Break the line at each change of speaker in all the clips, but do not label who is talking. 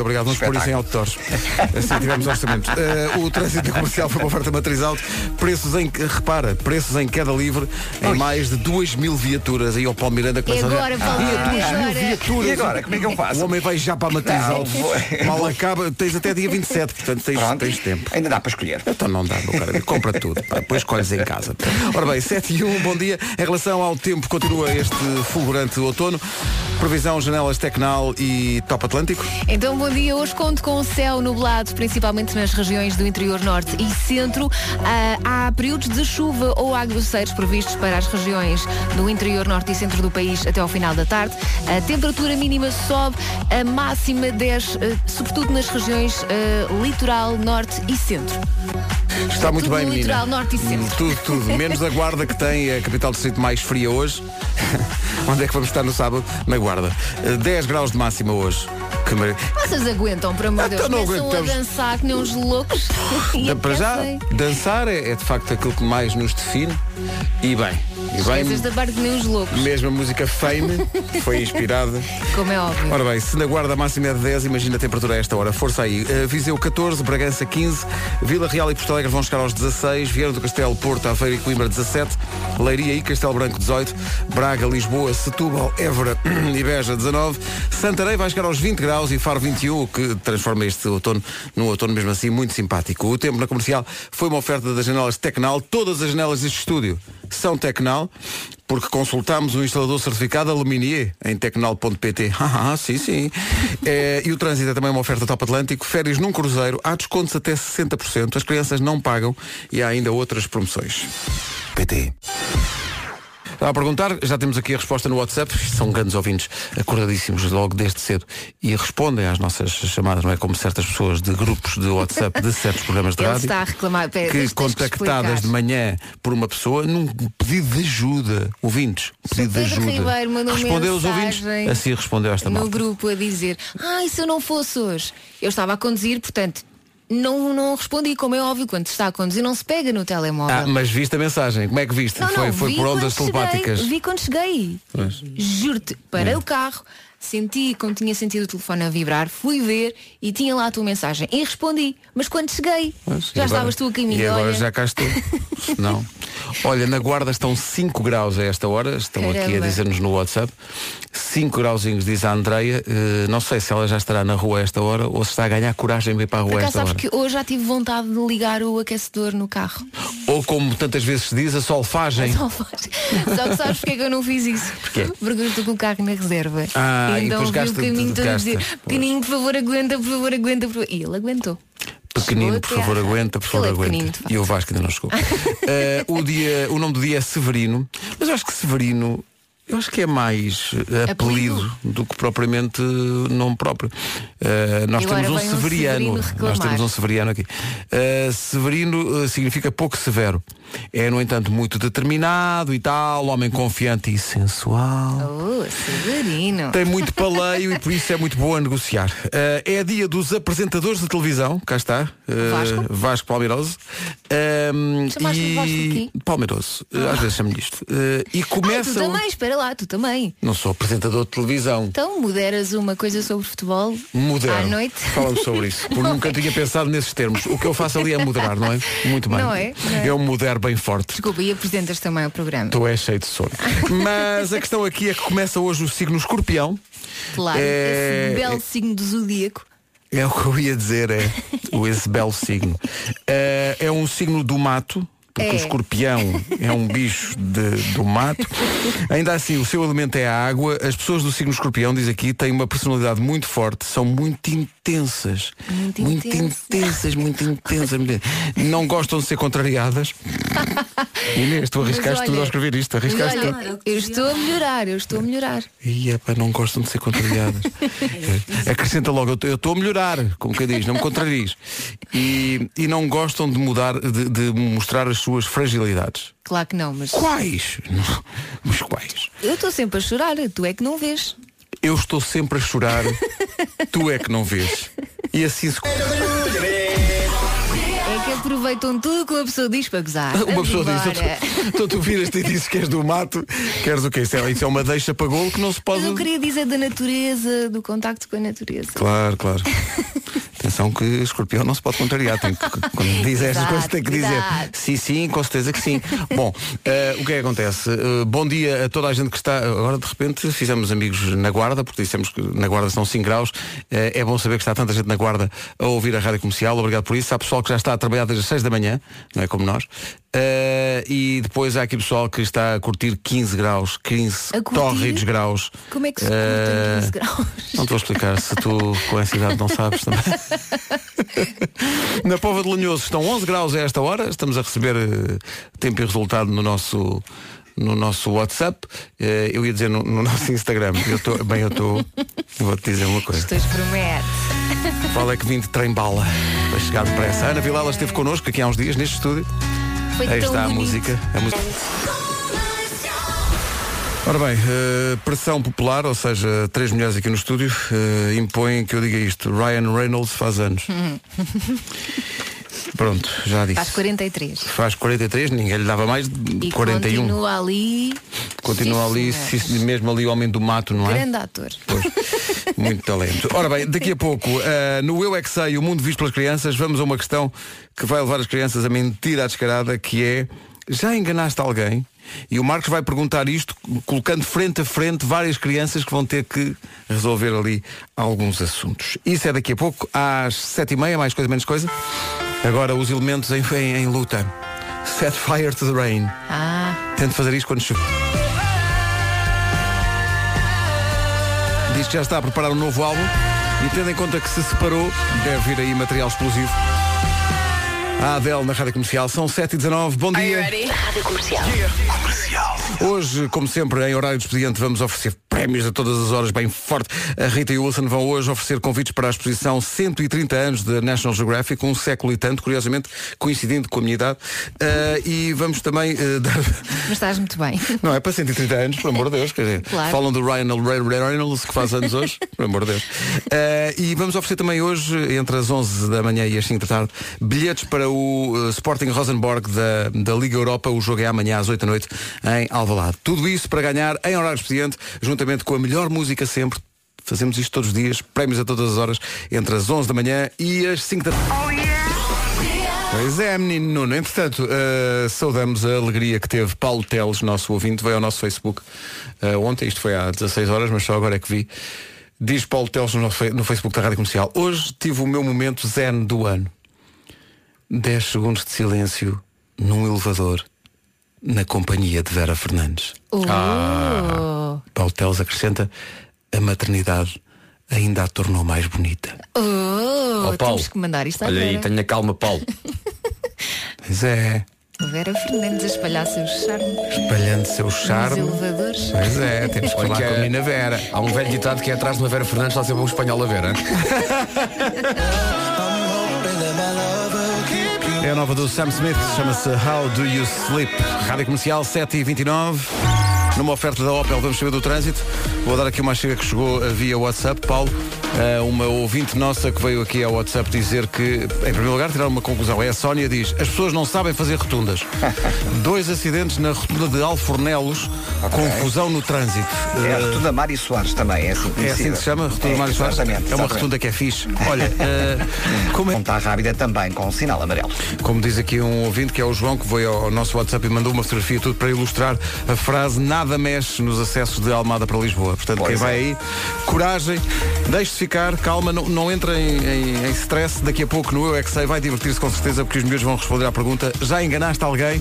obrigado. Vamos pôr isso em outdoors. Assim tivemos orçamentos. Eh, o trânsito comercial foi uma oferta matriz alto. Preços em, repara, preços em queda livre em mais de 2 mil viaturas. Aí ao Paulo Miranda começa a ver.
agora, Paulo
E a
Miranda,
2 mil
agora.
viaturas.
E agora, como é que eu faço?
O homem vai já para a matriz
Não,
alto.
vou-
Mal acaba, tens até dia 27, portanto tens,
Pronto.
tens tempo.
Ainda dá para escolher.
Então não dá, meu cara. Compra tudo. pá, Depois escolhes em casa. Ora bem, 7 e 1, bom dia. Em relação ao tempo, continua este fulgurante outono. Previsão, janelas Tecnal e Top Atlântico.
Então, bom dia. Hoje conto com o céu nublado, principalmente nas regiões do interior norte e centro. Ah, há períodos de chuva ou aguaceiros previstos para as regiões do interior norte e centro do país até ao final da tarde. A temperatura mínima sobe, a máxima desce, eh, sobretudo nas regiões eh, litoral norte e centro.
Está muito
Tudo
bem,
no
menina. Hum,
litoral norte e centro.
Tudo, tudo. Menos a Guarda, que tem é a capital do distrito mais fria hoje. Onde é que vamos estar no sábado? Na Guarda. Eh, 10 graus de máxima hoje. Que maravilha.
Vocês aguentam, por amor de Deus.
Então não
Começam a
aguentamos.
dançar que nem uns loucos. E assim,
Da- para já,
aquecem.
dançar é, é de facto aquilo que mais nos define. E bem, e
Vocês
bem,
da parte que nem uns loucos,
mesmo a música Fame foi inspirada
como é óbvio.
Ora bem, se na guarda a máxima é de 10, imagina a temperatura a esta hora. Força aí. Uh, Viseu 14, Bragança 15, Vila Real e Porto Alegre vão chegar aos 16, Vieira do Castelo, Porto, Aveiro e Coimbra 17, Leiria e Castelo Branco 18, Braga, Lisboa, Setúbal, Évora e Beja 19, Santarém vai chegar aos 20 graus e Faro 21, o que transforma este outono num outono mesmo assim muito simpático. O tempo na comercial foi uma oferta das janelas Tecnal. Todas as janelas deste estúdio são Tecnal porque consultámos o instalador certificado Aluminier em tecnal.pt. Ah, sim, sim. É, e o trânsito é também uma oferta top atlântico. Férias num cruzeiro, há descontos até 60%. As crianças não pagam e há ainda outras promoções. PT. Estava a perguntar, já temos aqui a resposta no WhatsApp, Isto são grandes ouvintes, acordadíssimos logo desde cedo, e respondem às nossas chamadas, não é como certas pessoas de grupos de WhatsApp de certos programas de
Ele
rádio
está a reclamar. Pera, tens- tens
que
que
contactadas
explicar.
de manhã por uma pessoa num pedido de ajuda, ouvintes, pedido de
Pedro
ajuda.
Ribeiro mandou
respondeu os ouvintes,
mensagem
assim respondeu esta
no
malta.
grupo a dizer Ai, se eu não fosse hoje Eu estava a conduzir, portanto não, não respondi, como é óbvio, quando se está a conduzir não se pega no telemóvel
Ah, mas viste a mensagem, como é que viste?
Não,
foi
não,
foi
vi
por
quando
ondas
cheguei,
telepáticas.
Vi quando cheguei
Pois. É.
Juro-te, parei o carro Senti como tinha sentido o telefone a vibrar Fui ver e tinha lá a tua mensagem E respondi, mas quando cheguei
Pois, e
Já
agora-
estavas tu a caminho
E agora
olha.
já cá estou. não. Olha, na guarda estão 5 graus a esta hora, estão aqui a
Caramba.
dizer-nos no WhatsApp. 5 grauzinhos, diz a Andreia. Eh, não sei se ela já estará na rua a esta hora ou se está a ganhar coragem para ir para a rua
Por
a
acaso
esta
sabes
hora.
que hoje já tive vontade de ligar o aquecedor no carro
Ou como tantas vezes se diz, a solfagem.
Só faz. Só que sabes porque é que eu não fiz isso?
Porquê?
Porque eu estou com o carro na reserva.
Ah, e
então
depois
ouvi
gasta-
o caminho todo a dizer,
gasta.
pequenino, por favor, aguenta, por favor, aguenta. Por... favor." E ele aguentou.
Pequenino,
Chegou
por
até
favor,
à-
aguenta, por
Ele
favor,
é pequenino, de
aguenta.
facto.
E o Vasco ainda não chegou. Eh, o, dia, o nome do dia é Severino, mas eu acho que Severino, eu acho que é mais eh, apelido,
Apelido.
do que propriamente eh, nome próprio. Eh, nós
E agora
temos um
vem um
Severiano.
Severino
nós
reclamar.
temos um Severiano aqui. Eh, Severino eh, significa pouco severo. É, no entanto, muito determinado e tal, homem confiante e sensual.
Oh, Severino.
Tem muito paleio e por isso é muito bom a negociar. Eh, é dia dos apresentadores de televisão, cá está. eh,
Vasco.
Vasco Palmeiroso. Ehm,
Chamaste-lhe Vasco de
e
quê?
Palmeiroso, eh, às vezes chamo-lhe isto. Eh, e
Ah, tu
começa.
também, espera lá, tu também.
Não sou apresentador de televisão.
Então moderas uma coisa sobre futebol
Modero.
à noite.
Fala-me sobre isso. Porque
Não
nunca
é?
tinha pensado nesses termos. O que eu faço ali é moderar, não é? Muito bem.
Não é? Não é.
Eu modero bem forte.
Desculpa, e apresentas também o programa.
Tu és cheio de sono. Mas a questão aqui é que começa hoje o signo escorpião.
Claro,
É-
esse belo signo do zodíaco.
É o que eu ia dizer, é o esse belo signo. Eh, é um signo do mato, porque
É.
o escorpião é um bicho de- do mato. Ainda assim, o seu elemento é a água. As pessoas do signo escorpião, diz aqui, têm uma personalidade muito forte, são muito intensas.
Muito intensas.
intensas, muito intensas. muito intensas. Não gostam de ser contrariadas. Inês, tu
Mas
arriscaste
olha-
tudo ao escrever isto, arriscaste tudo.
Olha, eu estou a melhorar, eu estou a melhorar.
Ia, pá, não gostam de ser contrariadas. É, Acrescenta logo, eu estou a melhorar, como quem diz, não me contraries. E, e não gostam de mudar, de, de mostrar as suas fragilidades.
Claro que não, mas
Quais? Não, Mas quais?
eu estou sempre a chorar, tu é que não vês.
Eu estou sempre a chorar, tu é que não vês. E assim se.
É que a aproveitam tudo que uma pessoa diz para gozar.
Uma
Vamos
pessoa diz,
embora.
"Então tu- então tu viras-te e dizes que és do mato, queres o quê? Isso é, isso é uma deixa para golo que não se pode.
Mas eu queria dizer da natureza, do contacto com a natureza.
Claro, claro. Atenção que escorpião não se pode contrariar. Tem que, quando diz estas
Cuidado,
coisas tem que dizer
cuidado.
sim, sim, com certeza que sim. Bom, eh, o que é que acontece? Eh, bom dia a toda a gente que está. Agora de repente fizemos amigos na guarda, porque dissemos que na guarda são 5 graus. Eh, é bom saber que está tanta gente na guarda a ouvir a rádio comercial. Obrigado por isso. Há pessoal que já está a trabalhar desde as 6 da manhã, não é como nós. Eh, e depois há aqui pessoal que está a curtir 15 graus, 15
A curtir?
tórridos graus.
Como é que se curtem 15
Eh,
graus?
não te vou explicar se tu com essa idade não sabes também. Na Pova de Lanhoso estão 11 graus a esta hora. Estamos a receber eh, tempo e resultado no nosso no nosso WhatsApp. Eh, eu ia dizer no, no nosso Instagram. Eu tô, bem, eu estou. Vou-te dizer uma coisa.
Estou promete.
Fala é que vim de trem-bala para chegar depressa. A Ana Vilela esteve connosco aqui há uns dias neste estúdio.
Foi
Aí
tão
está a
bonito.
música. A música. Ora bem, eh, pressão popular, ou seja, três mulheres aqui no estúdio eh, impõem que eu diga isto. Ryan Reynolds faz anos. Pronto, já disse.
Faz 43.
Faz 43, ninguém lhe dava mais de
E
41.
continua
Continua,
ali. Sim,
um. ali,
senhor.
se- mesmo ali o homem do mato, não é?
Grande ator.
Pois, muito talento. Ora bem, daqui a pouco, eh, no Eu É Que Sei, o mundo visto pelas crianças, vamos a uma questão que vai levar as crianças a mentir à descarada, que é, já enganaste alguém? E o Marcos vai perguntar isto, colocando frente a frente várias crianças que vão ter que resolver ali alguns assuntos. Isso é daqui a pouco, às sete e meia, mais coisa, menos coisa. Agora, os elementos em, em, em luta. Set fire to the rain.
Ah,
Tento fazer isto quando chove. Diz que já está a preparar um novo álbum e tendo em conta que se separou, deve vir aí material explosivo. A Adele na Rádio Comercial, são 7h19, bom dia.
Rádio Comercial.
Hoje, como sempre, em horário de expediente, vamos oferecer prémios a todas as horas, bem forte. A Rita e o Wilson vão hoje oferecer convites para a exposição 130 anos da National Geographic, um século e tanto, curiosamente, coincidindo com a minha idade. Ah, e vamos também ah, dar,
mas estás muito bem.
não, é para 130 anos, pelo amor de Deus. Quer dizer,
Claro.
Falam do Ryan Re- Reynolds, que faz anos hoje, pelo amor de Deus. Eh, e vamos oferecer também hoje, entre as 11 da manhã e as 5 da tarde, bilhetes para o eh, Sporting Rosenborg da, da Liga Europa. O jogo é amanhã às 8 da noite em Alvalade. Tudo isso para ganhar em horário expediente, juntamente com a melhor música sempre. Fazemos isto todos os dias, prémios a todas as horas, entre as 11 da manhã e as 5 da tarde. Pois é, menino Nuno. Entretanto, eh, saudamos a alegria que teve Paulo Teles, nosso ouvinte, veio ao nosso Facebook eh, ontem, isto foi às 16 horas, mas só agora é que vi. Diz Paulo Teles no, nosso fe- no Facebook da Rádio Comercial, hoje tive o meu momento zen do ano. 10 segundos de silêncio num elevador na companhia de Vera Fernandes. Ah.
Uh,
Paulo Teles acrescenta, a maternidade ainda a tornou mais bonita.
uh,
Ó, Paulo,
temos que mandar isto à
Olha aí,
Vera.
tenha calma, Paulo.
Pois é,
A Vera Fernandes a espalhar seus charmes
espalhando seu
nos
charme.
elevadores.
Pois é, temos que
Olha
falar
que
com a
é-
menina Vera.
Há um velho ditado que é atrás de uma Vera Fernandes, está sempre um espanhol a ver, hein?
É a nova do Sam Smith, chama-se How Do You Sleep? Rádio Comercial 7 e 29 Numa oferta da Opel, vamos saber do trânsito. Vou dar aqui uma chega que chegou eh, via WhatsApp, Paulo. eh, uma ouvinte nossa que veio aqui ao WhatsApp dizer que, em primeiro lugar, tirar uma conclusão. É a Sónia diz, as pessoas não sabem fazer rotundas. Dois acidentes na rotunda de Alfornelos, confusão no trânsito.
É a
Eh,
rotunda Mário Soares também, é assim,
é
conhecida.
assim que se chama? Rotunda
É,
Mário Soares?
Exatamente.
É uma
exatamente.
rotunda que é fixe. Olha, eh, como é,
Ponta rápida também, com sinal amarelo.
Como diz aqui um ouvinte, que é o João, que veio ao nosso WhatsApp e mandou uma fotografia e tudo para ilustrar a frase nada mexe nos acessos de Almada para Lisboa. Portanto,
Pois
quem vai
é.
aí, coragem, deixe-se ficar, calma, não, não entra em, em- em stress. Daqui a pouco no Eu É Que Sei vai divertir-se com certeza, porque os meus vão responder à pergunta já enganaste alguém?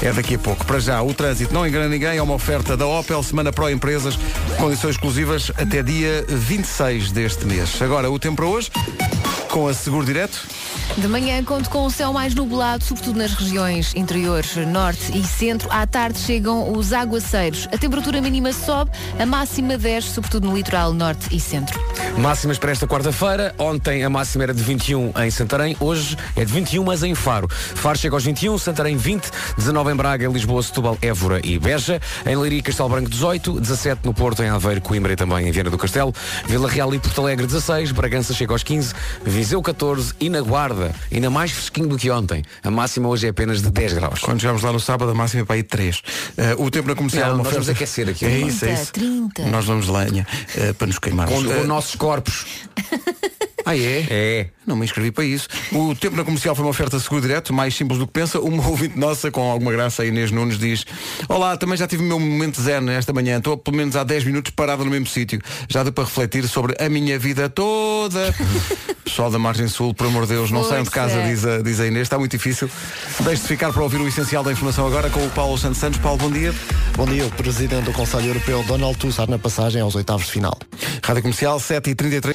É daqui a pouco. Para já, o trânsito não engana ninguém, é uma oferta da Opel, Semana Pro Empresas, condições exclusivas até dia 26 deste mês. Agora, o tempo para hoje, com a Seguro Direto.
De manhã conto com o céu mais nublado, sobretudo nas regiões interiores, norte e centro. À tarde chegam os aguaceiros. A temperatura mínima sobe, a máxima desce, sobretudo no litoral norte e centro.
Máximas para esta quarta-feira. Ontem a máxima era de 21 em Santarém, hoje é de 21, mas em Faro. Faro chega aos 21, Santarém 20, 19 em Braga, Lisboa, Setúbal, Évora e Beja. Em Leiria e Castelo Branco 18, 17 no Porto, em Aveiro, Coimbra e também em Viana do Castelo. Vila Real e Porto Alegre 16, Bragança chega aos 15, Viseu 14 e na Guarda nada. Ainda mais fresquinho do que ontem. A máxima hoje é apenas de 10 graus.
Quando chegarmos lá no sábado, a máxima é para ir 3. o tempo na comercial.
Não,
é uma
nós vamos
oferta-
aquecer aqui.
É isso, é
30,
isso.
30.
Nós vamos de lenha eh, para nos queimarmos.
Com,
Eh,
com nossos corpos.
Ah, é?
É.
Não me inscrevi para isso. O tempo na comercial foi uma oferta seguro direto, mais simples do que pensa. Uma ouvinte nossa, com alguma graça, a Inês Nunes, diz Olá, também já tive o meu momento zen esta manhã. Estou pelo menos há 10 minutos parada no mesmo sítio. Já deu para refletir sobre a minha vida toda. Pessoal da Margem Sul, por amor de Deus, não saiam de casa,
Força.
diz a, diz a Inês. Está muito difícil. Deixe de ficar para ouvir o essencial da informação agora com o Paulo Santos Santos. Paulo, bom dia.
Bom dia, o presidente do Conselho Europeu, Donald Tusk, na passagem aos oitavos de final.
Rádio Comercial 7h33.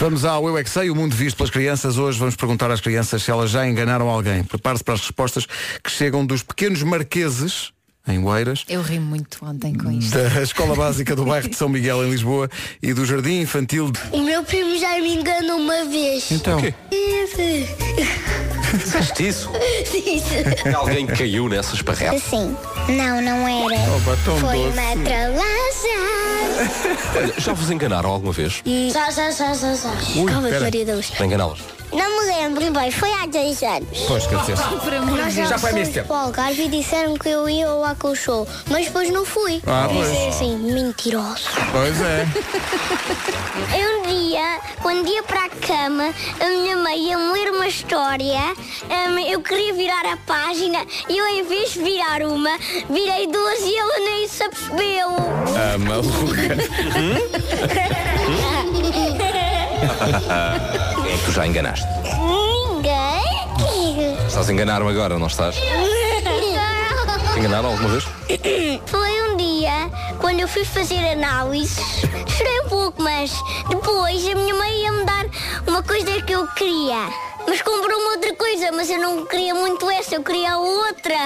Vamos ao Eu é Que Sei, o mundo visto pelas crianças. Hoje vamos perguntar às crianças se elas já enganaram alguém. Prepare-se para as respostas que chegam dos pequenos marqueses, em Oeiras,
Eu ri muito ontem com isto.
da Escola Básica do Bairro de São Miguel, em Lisboa, e do Jardim Infantil de...
O meu primo já me enganou uma vez.
Então,
Disse.
Fizeste isso? Alguém caiu nessa esparreta.
Assim. Não, não era.
Opa, tão
Foi
doce.
uma trollagem.
Olha, já vos enganaram alguma vez?
Já, já, já, já, já. Calma, Maria da Luz.
Para enganá-los?
Não me lembro bem, foi há dois anos.
Pois, quer dizer.
Hum.
Por amor de
Nós
Deus.
já foi mesmo tempo. Algarve e disseram que eu ia ao Aqua Show, mas depois não fui.
Ah, pois.
Dizem assim, mentiroso.
pois é.
Eu um dia, quando ia para a cama, a minha mãe ia-me ler uma história, hum, eu queria virar a página e eu, em vez de virar uma, virei duas e ela nem se apercebeu.
Ah, maluca.
Quem é que tu já enganaste?
Ninguém?
Estás a enganar me agora, não estás? Te enganaram alguma vez?
Foi um dia, quando eu fui fazer análises, chorei um pouco, mas depois a minha mãe ia-me dar uma coisa que eu queria. Mas comprou-me outra coisa, mas eu não queria muito essa, eu queria a outra,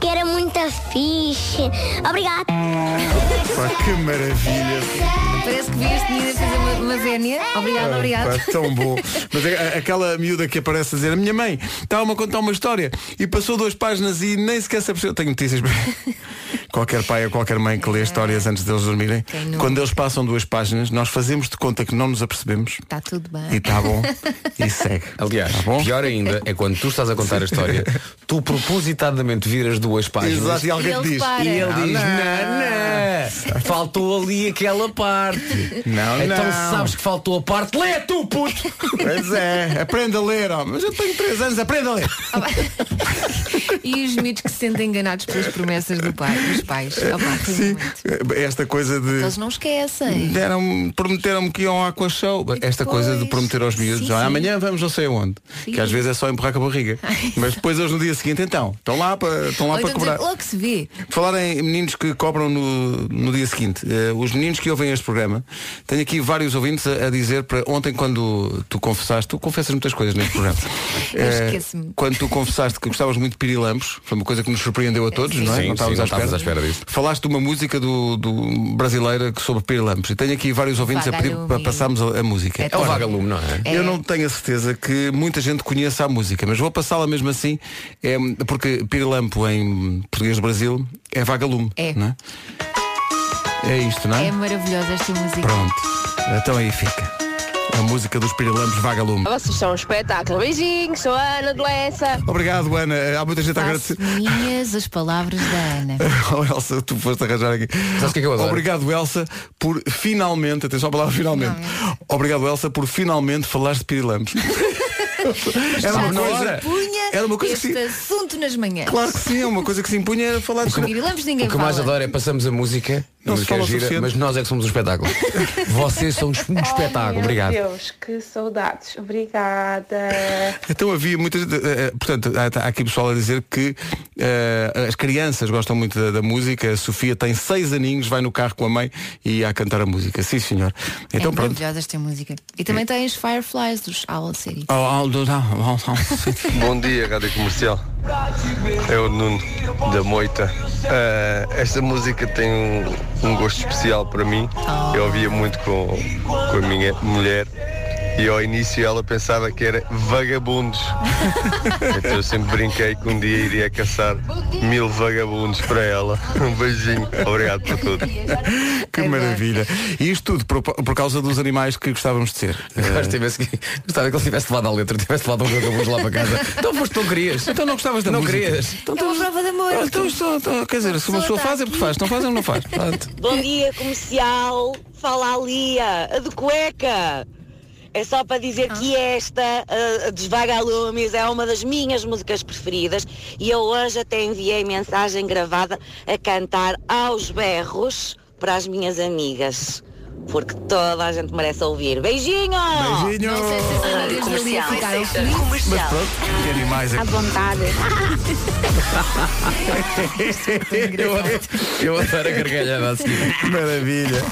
que era muito fixe. Obrigada.
Pá, que maravilha.
Parece que vi este menino a fazer uma, uma vénia. Obrigado, obrigado.
Pá, tão bom. Mas é- a- aquela miúda que aparece a dizer, a minha mãe estava-me a contar uma história e passou duas páginas e nem sequer se apercebeu. Tenho notícias. qualquer pai ou qualquer mãe que lê histórias antes deles dormirem,
Quem nunca?
quando eles passam duas páginas, nós fazemos de conta que não nos apercebemos.
Está Tá tudo
E
bem.
está bom. e segue.
Aliás,
Tá bom?
pior ainda é quando tu estás a contar a história, tu propositadamente viras duas páginas.
Exato, e alguém
ele
diz.
para.
E ele
Não,
diz,
não.
não, não, faltou ali aquela parte.
Não,
então
não.
sabes que faltou a parte, lê tu, puto!
Pois é, aprenda a ler, ó. Mas eu tenho 3 anos, aprenda a ler.
E os miúdos que se sentem enganados pelas promessas do pai, dos pais. Opa, ri
Sim,
muito. Então
esta coisa de.
Eles não esquecem.
Deram, prometeram-me que iam ao Aqua Show. Esta
depois?
coisa de prometer aos miúdos,
Sim,
"Ah,
sim.
amanhã vamos não sei aonde.
Sim.
Que às vezes é só empurrar com a barriga. Mas depois eles no dia seguinte, então, estão lá para, estão lá
Ou
para
então
cobrar.
dizer, logo que se vê.
Por Falar em meninos que cobram no, no dia seguinte. eh, os meninos que ouvem este programa, tenho aqui vários ouvintes a, a dizer para ontem quando tu confessaste, tu confessas muitas coisas neste programa.
Eu
Eh,
esqueço-me.
quando tu confessaste que gostavas muito de pirilampos, foi uma coisa que nos surpreendeu a todos, não é?
Sim, sim, não estávamos à espera disso.
Falaste de uma música do, do brasileira que sobre pirilampos. E tenho aqui vários ouvintes a pedir
Vagalume.
para passarmos a, a música.
É
É o
Ora.
vagalume, não é?
É.
Eu não tenho a certeza que muita gente conheça a música, mas vou passá-la mesmo assim, é, porque Pirilampo em português do Brasil é vagalume.
É.
Não é? É isto, não é?
É maravilhosa esta música.
Pronto. Então aí fica. A música dos Pirilampos vagalume.
Vocês são um espetáculo. Beijinhos, sou a Ana de Lessa.
Obrigado, Ana. Há muita gente a
Faço
agradecer.
minhas as palavras da Ana.
Oh, Elsa, tu foste arranjar aqui.
Sabes o que é que eu adoro?
Obrigado, Elsa, por finalmente, atenção à palavra finalmente. Obrigado, Elsa, por finalmente falares de Pirilampos. Era
Já
uma
se
coisa.
punha
Era uma coisa que
este
se-
assunto nas manhãs.
Claro que sim, é uma coisa que se impunha era falar de
E lamos ninguém
O que eu mais
fala.
adoro é passamos a música,
Não
a
se
música
fala o
gira,
suficiente.
mas nós é que somos um espetáculo. Vocês são um espetáculo, obrigado.
Deus, que saudades. Obrigada.
Então havia muitas. portanto, há, há aqui pessoal a dizer que eh, as crianças gostam muito da, da música. A Sofia tem seis aninhos, vai no carro com a mãe e a cantar a música. Sim, senhor. Então
é
pronto.
maravilhosa esta música. E também tens Fireflies dos Owl City.
Oh, Aldo, não, oh, oh.
Bom dia, Rádio Comercial. É o Nuno da Moita. Ah, esta música tem um, um gosto especial para mim. Eu ouvia muito com, com a minha mulher E ao início ela pensava que era vagabundos. então eu sempre brinquei que um dia iria caçar mil vagabundos para ela. Um beijinho. Obrigado por tudo.
Que maravilha. E isto tudo por, por causa dos animais que gostávamos de ser.
Gosto imenso que, gostava que ele tivesse levado à letra, tivesse levado um vagabundo lá para casa. Então foste, não querias.
Então não gostavas da
Não
música?
querias.
Então,
É uma prova de amor.
Ah, então isto, então, quer dizer, se uma
Só
pessoa
tá
faz é porque
aqui.
faz, não faz é porque não faz. Pronto.
Bom dia, comercial. Fala a Lia, a de cueca. É só para dizer que esta, a, a dos Vagalumes, é uma das minhas músicas preferidas e eu hoje até enviei mensagem gravada a cantar aos berros para as minhas amigas. Porque toda a gente merece ouvir. Beijinho!
Beijinho! Não sei se
Amigas da Lia ficaram felizes.
Mas pronto, que animais é que-
vontade.
Eu, adoro- eu adoro a gargalhada assim.
Maravilha.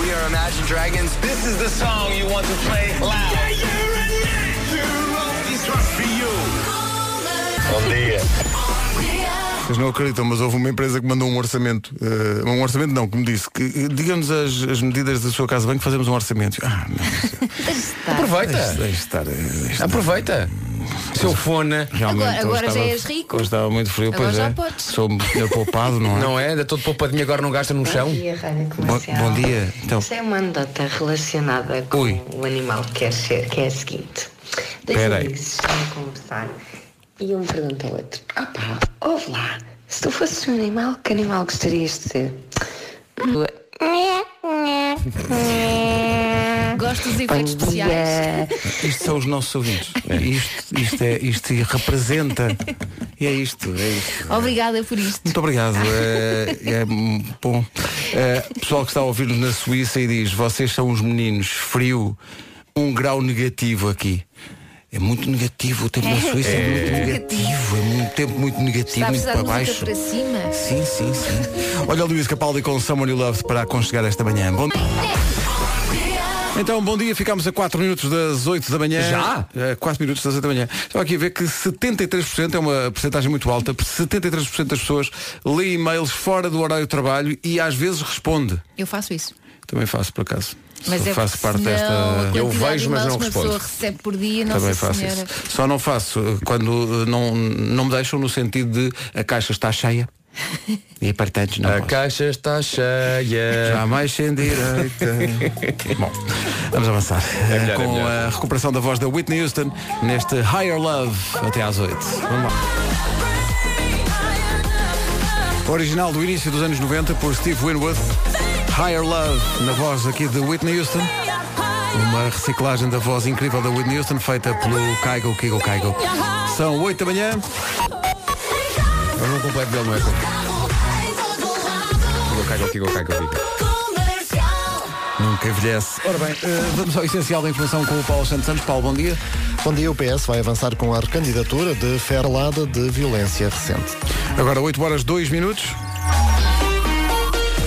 We are Imagine Dragons. This is the song you want to play loud.
Bom dia.
Vocês não acreditam, mas houve uma empresa que mandou um orçamento. eh, um orçamento não, que me disse que eh, digamos as, as medidas da sua casa de banho, fazemos um orçamento. Ah,
Aproveita.
deixa estar. eh, deixa estar.
Aproveita. Seu fone.
Realmente,
Agora-
hoje
agora já
estava-
és rico.
Hoje estava muito frio,
Agora
pois
já
é.
podes.
Sou eu poupado, não é?
Não é? Ainda todo poupadinho agora não gasta no chão?
dia, Rádio
Bom,
Comercial.
bom dia. Então,
Isto é uma anedota relacionada com o animal que quer ser, que é a seguinte. Dois
Espera aí.
amigos estão a conversar e um pergunta ao outro. Opa, ouve lá, se tu fosses um animal, que animal gostarias de ser?
Hum, Gosto dos
Bom
efeitos
dia.
especiais.
isto são os nossos ouvintes. Isto, isto, é, isto representa. E é isto, é isto.
Obrigada por isto.
Muito obrigado. É, é hum, bom. É, pessoal que está a ouvir-nos na Suíça e diz, vocês são uns meninos, frio, um grau negativo aqui. É muito negativo, o tempo na Suíça é, muito negativo, é um tempo muito negativo,
Está a
muito
precisar de
para
música
baixo.
para cima.
Sim, sim, sim. Olha Luís Capaldi com Someone You Loved para aconchegar esta manhã. Bom Então, bom dia, ficámos a 4 minutos das 8 da manhã.
Já?
Eh, 4 minutos das 8 da manhã. Estava aqui a ver que 73% é uma porcentagem muito alta, 73% das pessoas lê e-mails fora do horário de trabalho e às vezes responde.
Eu faço isso.
Também faço, por acaso.
Mas
Só
é
faço
porque
parte
senão a
desta.
quantidade de e-mails que uma pessoa recebe por dia,
Também
Nossa
faço
Senhora.
isso. Só não faço eh, quando eh, não, não me deixam no sentido de a caixa está cheia. E portanto não
A
posso.
caixa está cheia.
Jamais sem direita. Bom, vamos avançar.
É
Eh,
melhor, é
com
melhor.
a recuperação da voz da Whitney Houston neste Higher Love até às 8. Vamos lá. Original do início dos anos 90 por Steve Winwood. Higher Love na voz aqui de Whitney Houston. Uma reciclagem da voz incrível da Whitney Houston feita pelo Caigo Kigo Caigo. São 8 da manhã.
Eu não completo dele, não é? Caigo, caigo, caigo, caigo.
Nunca envelhece. Ora bem, eh, vamos ao essencial da informação com o Paulo Santos Santos. Paulo, bom dia.
Bom dia, o PS vai avançar com a recandidatura de Ferlada de violência recente.
Agora 8 horas 2 minutos.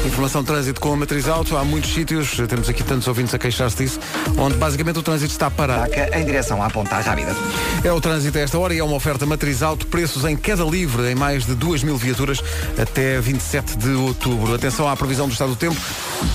Informação de trânsito com a matriz alto, há muitos sítios, temos aqui tantos ouvintes a queixar-se disso, onde basicamente o trânsito está parado.
Em direção à Ponta Rábida.
É o trânsito a esta hora e é uma oferta matriz alto, preços em queda livre em mais de 2 mil viaturas até 27 de outubro. Atenção à previsão do estado do tempo,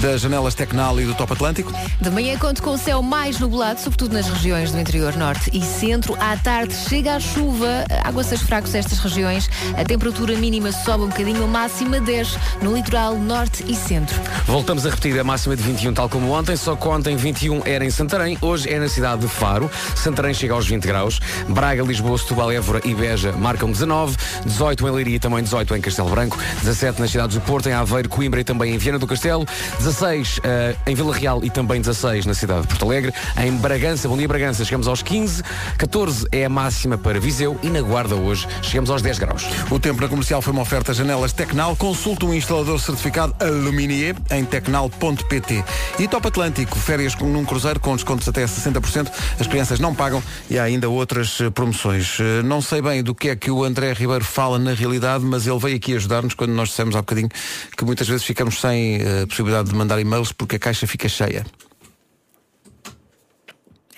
das janelas Tecnal e do Top Atlântico.
De manhã conto com o céu mais nublado, sobretudo nas regiões do interior norte e centro. À tarde chega a chuva, aguaceiros fracos nestas regiões. A temperatura mínima sobe um bocadinho, a máxima 10 no litoral norte e centro.
Voltamos a repetir a máxima de 21, tal como ontem, só que ontem 21 era em Santarém, hoje é na cidade de Faro. Santarém chega aos 20 graus, Braga, Lisboa, Setúbal, Évora e Beja marcam 19, 18 em Leiria e também 18 em Castelo Branco, 17 nas cidades do Porto, em Aveiro, Coimbra e também em Viana do Castelo, 16 eh, em Vila Real e também 16 na cidade de Porto Alegre, em Bragança, bom dia Bragança, chegamos aos 15, 14 é a máxima para Viseu e na Guarda hoje chegamos aos 10 graus.
O tempo na comercial foi uma oferta janelas Tecnal. Consulte um instalador certificado Aluminier em tecnal.pt. E Top Atlântico, férias com- num cruzeiro com descontos até 60%. As crianças não pagam e há ainda outras eh, promoções. Eh, Não sei bem do que é que o André Ribeiro fala na realidade, mas ele veio aqui ajudar-nos quando nós dissemos há bocadinho que muitas vezes ficamos sem eh, possibilidade de mandar e-mails porque a caixa fica cheia.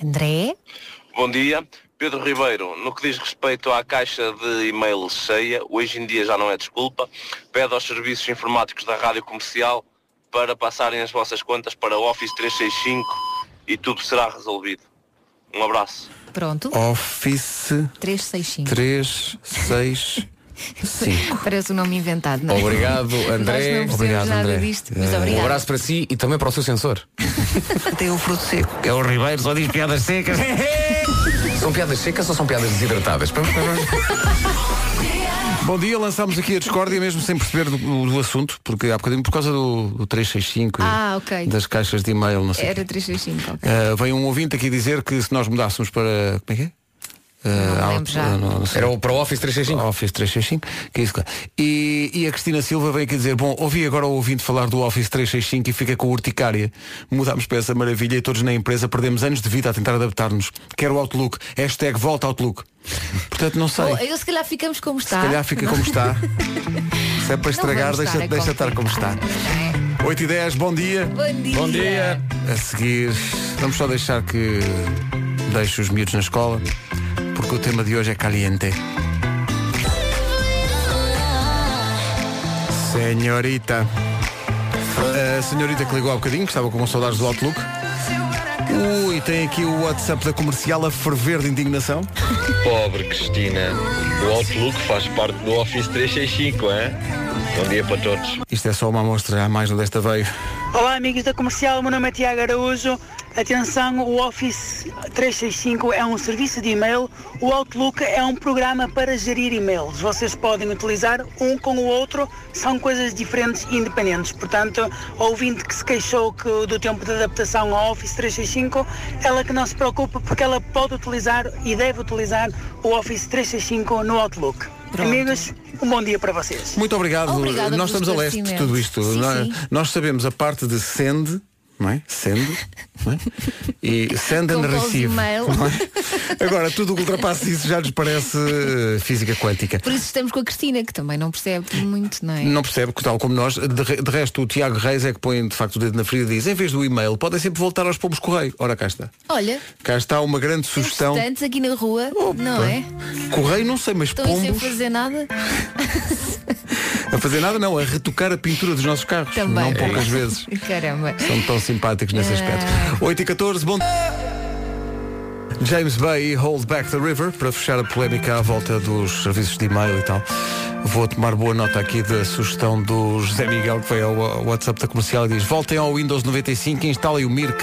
André?
Bom dia. Pedro Ribeiro, no que diz respeito à caixa de e-mail cheia, hoje em dia já não é desculpa, pede aos serviços informáticos da rádio comercial para passarem as vossas contas para Office 365 e tudo será resolvido. Um abraço.
Pronto.
Office
365.
365.
Parece um nome inventado, não é?
Obrigado, André.
Nós não obrigado, nada disto, mas
Um
obrigado.
abraço para si e também para o seu sensor.
Tem o fruto seco.
É o Ribeiro, só diz piadas secas. são piadas secas ou são piadas desidratadas?
Bom dia, lançámos aqui a discórdia mesmo sem perceber do, do assunto, porque há bocadinho por causa do, do 365 e
Ah, ok.
das caixas de e-mail, não sei.
Era 365. ok.
Ah, vem um ouvinte aqui dizer que se nós mudássemos para. Como é que é?
lembro
Ah, alto-
já.
Era o para Office 365. Office 365, que é isso, claro. E, e a Cristina Silva veio aqui dizer, bom, ouvi agora o ouvinte falar do Office 365 e fica com urticária. Mudámos para essa maravilha e todos na empresa perdemos anos de vida a tentar adaptar-nos. Quero o Outlook. Hashtag volta Outlook. Portanto, não sei.
Ou, eu se calhar ficamos como está.
Se calhar fica
Não-
como está. Se é para
Não
estragar,
vamos
deixa,
estar a
deixa estar como está. 8 e 10, bom dia.
Bom dia. Bom dia.
A seguir, vamos só deixar que deixe os miúdos na escola, porque o tema de hoje é caliente. Senhorita. A senhorita que ligou há bocadinho, que estava com saudades do Outlook. Ui, tem aqui o WhatsApp da comercial a ferver de indignação.
Pobre Cristina, o Outlook faz parte do Office 365, é? Bom dia para todos.
Isto é só uma amostra, há mais no desta veio.
Olá amigos da Comercial, meu nome é Tiago Araújo. Atenção, o Office 365 é um serviço de e-mail, o Outlook é um programa para gerir e-mails. Vocês podem utilizar um com o outro, são coisas diferentes e independentes. Portanto, a ouvinte que se queixou que, do tempo de adaptação ao Office 365, ela que não se preocupe porque ela pode utilizar e deve utilizar o Office 365 no Outlook. Amigos, um bom dia para vocês.
Muito obrigado.
Obrigada
Nós
pelo
estamos a leste de
esclarecimento.
tudo isto.
Sim,
nós,
sim.
nós sabemos a parte de send, não é? Send, não é? E send and
Com calls
receive.
email.
não é? Agora, tudo o que ultrapassa isso já nos parece eh, física quântica.
Por isso estamos com a Cristina, que também não percebe muito, não é?
Não percebe, que tal como nós, de, re- de resto o Tiago Reis é que põe de facto o dedo na ferida e diz, em vez do e-mail, podem sempre voltar aos pomos correio. Ora cá está.
Olha,
Cá está uma grande sugestão.
tantos aqui na rua, não é?
Correio não sei, mas
Estão aí sem
pombos
fazer nada?
a fazer nada não, a retocar a pintura dos nossos carros.
Também. É
Não poucas vezes.
Caramba.
São tão simpáticos nesse aspecto. 8 e 14, bom. James Bay e Hold Back the River, para fechar a polémica à volta dos serviços de e-mail e tal. Vou tomar boa nota aqui da sugestão do José Miguel, que foi ao ao WhatsApp da comercial e diz: voltem ao Windows 95 e instalem o Mirk.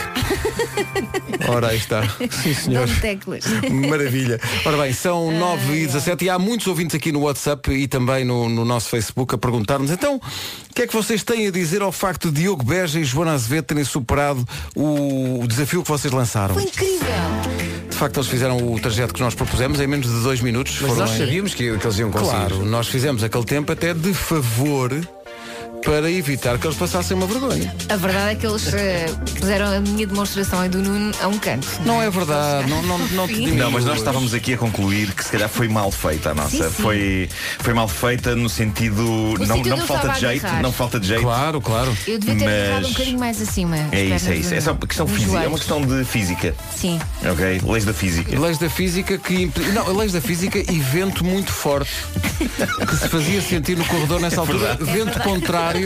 Ora, aí está. Sim, senhor.
Dão-me teclas.
Maravilha. Ora bem, são 9 e 17 e há muitos ouvintes aqui no WhatsApp e também no, no nosso Facebook a perguntar-nos então o que é que vocês têm a dizer ao facto de Diogo Beja e Joana Azevedo terem superado o, o desafio que vocês lançaram.
Foi incrível.
De facto, eles fizeram o trajeto que nós propusemos em menos de dois minutos.
Mas nós
em-
sabíamos que, que eles iam conseguir.
Claro, nós fizemos aquele tempo até de favor para evitar que eles passassem uma vergonha.
A verdade é que eles eh, puseram a minha demonstração e do Nuno a um canto.
Não é verdade, não, não, não te
Sim.
diminuas.
Não, mas nós estávamos aqui a concluir que se calhar foi mal feita a nossa.
Sim, sim.
Foi, foi mal feita no sentido. não
sítio
não
onde eu
falta
estava
de
a
jeito,
agarrar.
não falta de jeito. Claro, claro.
Eu devia ter ficado um
mas
bocadinho mais acima.
é
as
isso, é
pernas
isso.
do
É só
Nuno. Nos
questão física. É uma
joelhos.
questão de física.
Sim.
Ok? Leis da física.
Leis da física que impli- Não, leis da física e vento muito forte que se fazia sentir no corredor nessa altura.
É verdade.
vento contrário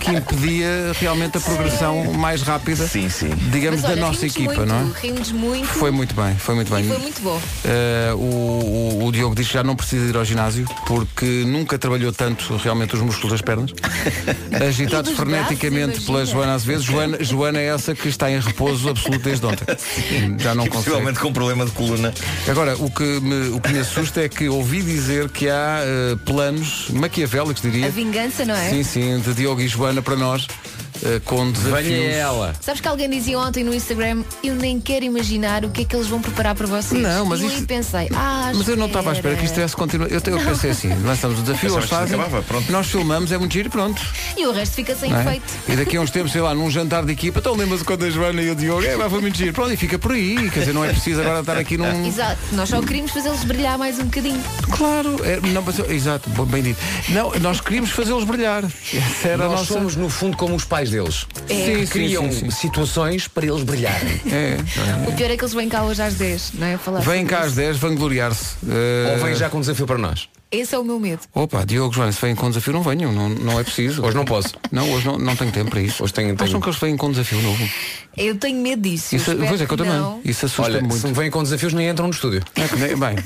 que impedia realmente a progressão mais rápida, digamos,
Mas olha,
da nossa
rimos
equipa,
muito,
não é?
Rimos muito.
Foi muito bem, foi muito bem.
Foi muito bom.
Eh, o, o- o Diogo disse que já não precisa ir ao ginásio porque nunca trabalhou tanto realmente os músculos das pernas. Agitados
E dos braços,
freneticamente
imagina.
pela Joana às vezes. Joana, Joana é essa que está em repouso absoluto desde ontem. Já não
E
consegue.
possivelmente com problema de coluna.
Agora, o que, me, o que me assusta é que ouvi dizer que há eh, planos maquiavélicos, diria.
A vingança, não é?
Sim, sim, de Diogo e Joana para nós, eh, com desafios.
ela.
Sabes que alguém dizia ontem no Instagram Eu nem quero imaginar o que é que eles vão preparar para vocês
Não, mas
E eu
isto-
aí pensei ah,
Mas eu não estava à espera que isto tivesse continuado. Eu, te- eu pensei assim, lançamos o desafio, eles
Pensavas que
fazem,
acabava, pronto.
nós filmamos, é muito giro, pronto.
E o resto fica sem
não é?
efeito
E daqui a uns tempos, sei lá, num jantar de equipa, então lembra-se quando a Joana e o Diogo, é, mas foi muito giro, pronto, e fica por aí, quer dizer, não é preciso agora estar aqui num.
Exato, nós só queríamos fazê-los brilhar mais um bocadinho
Claro, é, não, mas- exato, bom, bem dito. Não, nós queríamos fazê-los brilhar. Essa era a
nós
nossa...
somos, no fundo, como os pais pais deles.
É. Sim, sim,
Criam
sim, sim.
situações para eles brilharem.
O pior é que eles vêm cá hoje às 10, não é? Falar
Vêm cá às 10, vão gloriar-se. Eh,
Ou vêm já com desafio para nós.
Esse é o meu medo.
Opa, Diogo João, se vêm com desafio, não venham, não, não é preciso. Hoje
não posso.
Não, hoje não, não tenho tempo para isso. Hoje tenho, Acham que eles vêm com desafio novo?
Eu tenho medo disso.
Isso,
espero
pois é que eu também.
não.
Isso assusta
Olha,
muito.
se vêm com desafios, nem entram no estúdio.
É que nem- bem, bem,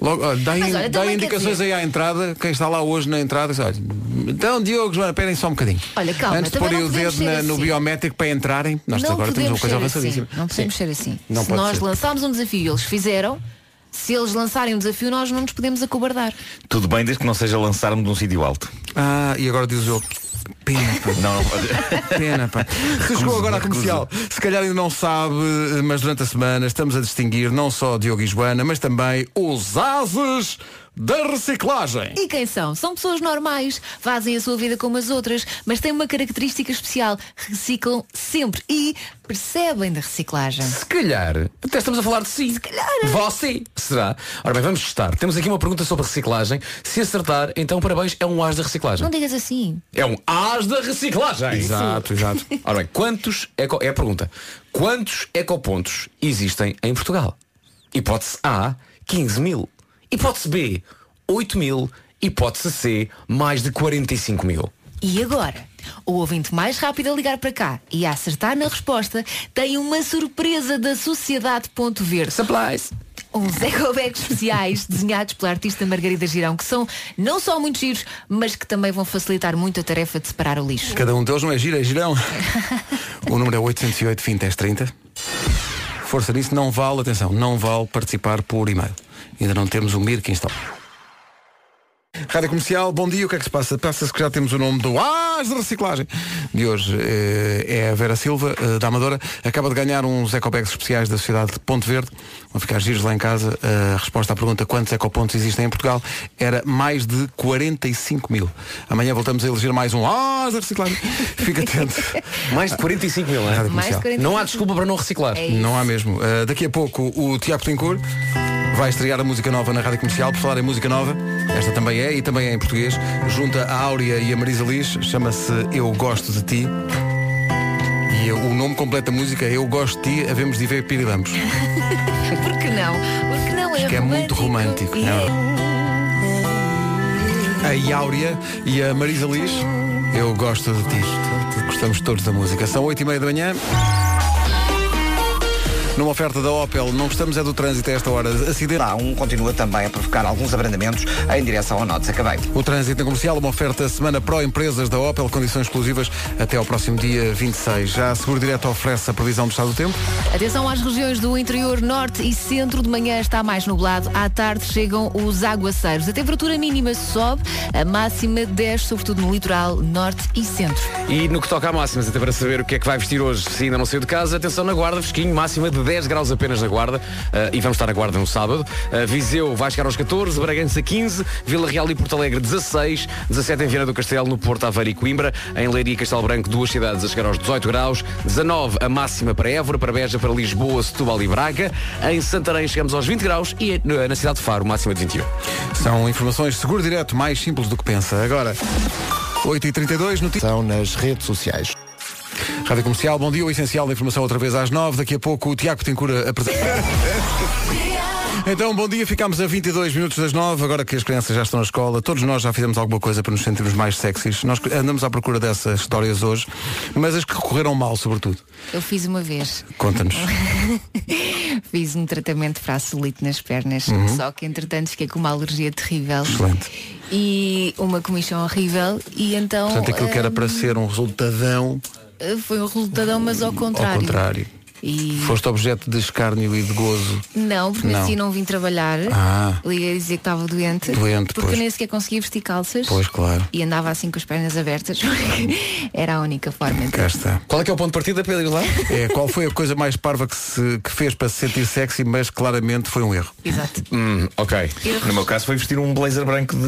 logo, olha, dá,
Mas olha,
dá
também quer
indicações aí
dizer-
à entrada, quem está lá hoje na entrada, diz, olha, então Diogo, Joana, esperem só um bocadinho.
Olha, calma,
Antes de
também
porem
não
o
podemos
dedo
ser
na- no
assim.
biométrico para entrarem, nós
não
agora temos uma
podemos
coisa
ser
avançadíssima.
assim. Não podemos ser assim.
Não
se
pode
nós
ser.
lançarmos um desafio e eles fizeram, se eles lançarem um desafio, nós não nos podemos acobardar.
Tudo bem, desde que não seja lançar-me de um sítio alto.
Ah, e agora diz o jogo. Pena, pá.
Não, não pode.
Pena, pá. Se chegou agora à comercial, se calhar ainda não sabe, mas durante a semana estamos a distinguir não só Diogo e Joana, mas também os ases da reciclagem.
E quem são? São pessoas normais, fazem a sua vida como as outras, mas têm uma característica especial, reciclam sempre e percebem da reciclagem.
Se calhar, até estamos a falar de si. Se calhar.
é.
Você será. Ora bem, vamos testar. Temos aqui uma pergunta sobre reciclagem. Se acertar, então parabéns, é um as da reciclagem.
Não digas assim.
É um as da reciclagem. Exato,
exato.
Ora bem, quantos eco... é a pergunta. Quantos ecopontos existem em Portugal? Hipótese A, 15 mil. Hipótese B, 8 mil. Hipótese C, mais de 45 mil.
E agora? O ouvinte mais rápido a ligar para cá e a acertar na resposta tem uma surpresa da Sociedade Ponto Verde.
Supplies.
Uns ecobags especiais desenhados pela artista Margarida Girão, que são não só muito giros, mas que também vão facilitar muito a tarefa de separar o lixo.
Cada um deles não é gira, é girão. o número é 808 20 10 30. Força nisso, não vale, atenção, não vale participar por e-mail. Ainda não temos o Mir que instala. Rádio Comercial, bom dia, o que é que se passa? Passa-se que já temos o nome do AS de Reciclagem de hoje. eh, É a Vera Silva, eh, da Amadora, acaba de ganhar uns ecobags especiais da Sociedade de Ponte Verde. Vão ficar giros lá em casa. Eh, A resposta à pergunta quantos ecopontos existem em Portugal era mais de 45 mil. Amanhã voltamos a eleger mais um AS de Reciclagem. Fica atento.
Mais de 45 mil, é?
Mais de 45
Não há desculpa para não reciclar.
Não há mesmo. Uh, daqui a pouco o Tiago Tencourt vai estrear a música nova na Rádio Comercial. Por falar em música nova, esta também é e também é em português. Junta a Áurea e a Marisa Liz, chama-se Eu Gosto de Ti. E o nome completo da música é Eu Gosto de Ti, havemos de ver Pirilamos.
Por que não? Porque não é,
Acho que é muito romântico. é? A Áurea e a Marisa Liz, Eu Gosto de Ti. Gostamos todos da música. São 8 e meia da manhã. Numa oferta da Opel, não estamos é do trânsito a esta hora. Acidente.
A 1 continua também a provocar alguns abrandamentos em direção ao Norte de Sacavém.
O trânsito na comercial, uma oferta semana pró-empresas da Opel, condições exclusivas até ao próximo dia 26. Já a Seguro Direto oferece a previsão do estado do tempo.
Atenção às regiões do interior norte e centro. De manhã está mais nublado. À tarde chegam os aguaceiros. A temperatura mínima sobe, a máxima desce, sobretudo no litoral norte e centro.
E no que toca a máximas, até para saber o que é que vai vestir hoje, se ainda não saiu de casa, atenção na guarda, fresquinho, máxima de 10 graus apenas na guarda, eh, e vamos estar na guarda no sábado. Eh, Viseu vai chegar aos 14, Bragança 15, Vila Real e Porto Alegre 16, 17 em Viana do Castelo, no Porto Aveiro e Coimbra, em Leiria e Castelo Branco, duas cidades a chegar aos 18 graus, 19 a máxima para Évora, para Beja, para Lisboa, Setúbal e Braga, em Santarém chegamos aos 20 graus e eh, na cidade de Faro, máxima de 21.
São informações de Seguro Direto mais simples do que pensa. Agora, 8h32, notícia.
São nas redes sociais.
Rádio Comercial, bom dia. O essencial da informação outra vez às 9. Daqui a pouco o Tiago Tencura apresenta. Então, bom dia. Ficámos a 22 minutos das 9. Agora que as crianças já estão na escola, todos nós já fizemos alguma coisa para nos sentirmos mais sexys. Nós andamos à procura dessas histórias hoje, mas as que correram mal, sobretudo.
Eu fiz uma vez.
Conta-nos.
Fiz um tratamento para a solite nas pernas,
Uhum.
só que entretanto fiquei com uma alergia terrível
Excelente.
e uma comichão horrível e então
Portanto, aquilo que era para ser um resultadão,
ah, foi um relutadão, mas ao contrário.
ao contrário.
E-
Foste objeto de escárnio e de gozo.
Não, porque
Não.
assim não vim trabalhar.
Ah.
Liguei a dizer que estava doente.
Doente,
Porque
pois.
nem sequer conseguia vestir calças.
Pois, claro.
E andava assim com as pernas abertas. porque Era a única forma. então.
Cá está.
Qual é que é o ponto de partida, Pedro? Lá?
É, qual foi a coisa mais parva que, se, que fez para se sentir sexy, mas claramente foi um erro?
Exato.
Hum, ok.
No meu caso foi vestir um blazer branco de,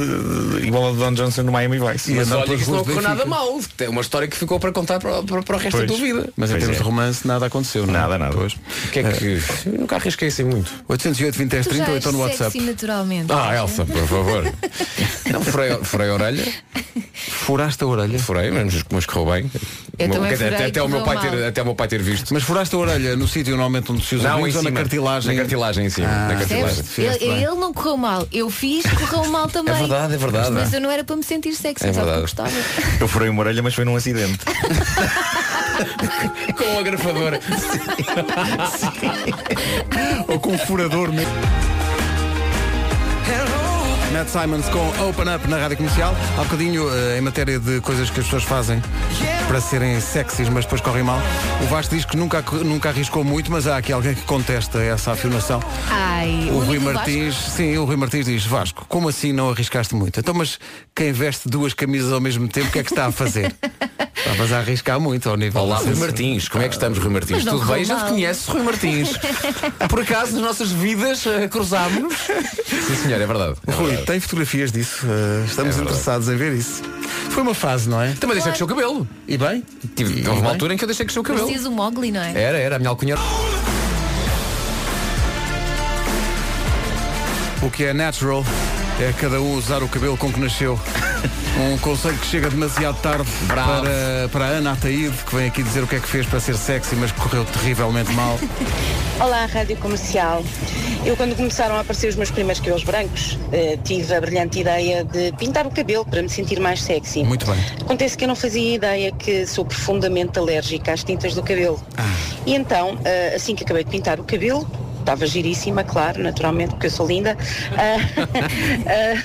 de- igual ao de Don Johnson no Miami Vice.
Mas olha que isso não correu nada mal. É uma história que ficou para contar para, para- para o resto da tua vida.
Mas em termos de romance nada aconteceu, não é? Eh,
Nada, nada. Pois.
O que é que. Eu nunca arrisquei assim muito.
808 20 10
Tu já
30 ou
és
então no WhatsApp.
sexy naturalmente.
Ah, Elsa, por favor. Não, furei, furei a orelha.
Furaste a Ah, orelha?
Furei, mas, mas correu bem.
Eu
Uma-
também
quer dizer,
furei,
até, até o meu
correu
pai
mal.
ter, até o meu pai ter visto.
Mas furaste a orelha no sítio normalmente onde se usa
Não,
vinhos
em
ou
cima.
na cartilagem?
Na cartilagem, em cima, na cartilagem.
Percebes? Ele, ele não correu mal. Eu fiz, correu mal também.
verdade, é verdade.
Mas eu não era para me sentir sexy,
É
só porque
verdade.
gostava.
Eu furei uma orelha, mas foi num acidente.
Com a grafadora.
Ou com um furador mesmo. Matt Simons com Open Up na Rádio Comercial. Há bocadinho, eh, em matéria de coisas que as pessoas fazem para serem sexys, mas depois correm mal, o Vasco diz que nunca, nunca arriscou muito, mas há aqui alguém que contesta essa afirmação.
Ai,
O Rui
único
Martins, sim, o Rui Martins diz, Vasco, como assim não arriscaste muito? Então, mas quem veste duas camisas ao mesmo tempo, o que é que está a fazer? Estavas a arriscar muito ao nível
Olá,
da
Rui
sensação.
Martins, como é que estamos, Rui Martins?
Mas não
Tudo bem?
correu
Já
mal.
te conheço, Rui Martins. Por acaso, nas nossas vidas, eh, cruzámos-nos? Sim, senhor, é verdade. É
Rui,
verdade.
tem fotografias disso. Uh, estamos
É verdade.
interessados em ver isso. Foi uma fase, não é?
Também deixei crescer o cabelo.
E bem?
Tive, houve uma altura em que eu deixei crescer o
Vasco.
cabelo.
Preciso o Mogli, não é?
Era, era a minha alcunha.
O que é natural é cada um usar o cabelo com que nasceu. Um conselho que chega demasiado tarde
Bravo.
para, para a Ana Ataíde, que vem aqui dizer o que é que fez para ser sexy, mas que correu terrivelmente mal.
Olá, Rádio Comercial. Eu, quando começaram a aparecer os meus primeiros cabelos brancos, eh, tive a brilhante ideia de pintar o cabelo para me sentir mais sexy.
Muito bem.
Acontece que eu não fazia ideia que sou profundamente alérgica às tintas do cabelo. E então, ah, assim que acabei de pintar o cabelo, estava giríssima, claro, naturalmente, porque eu sou linda, ah, ah,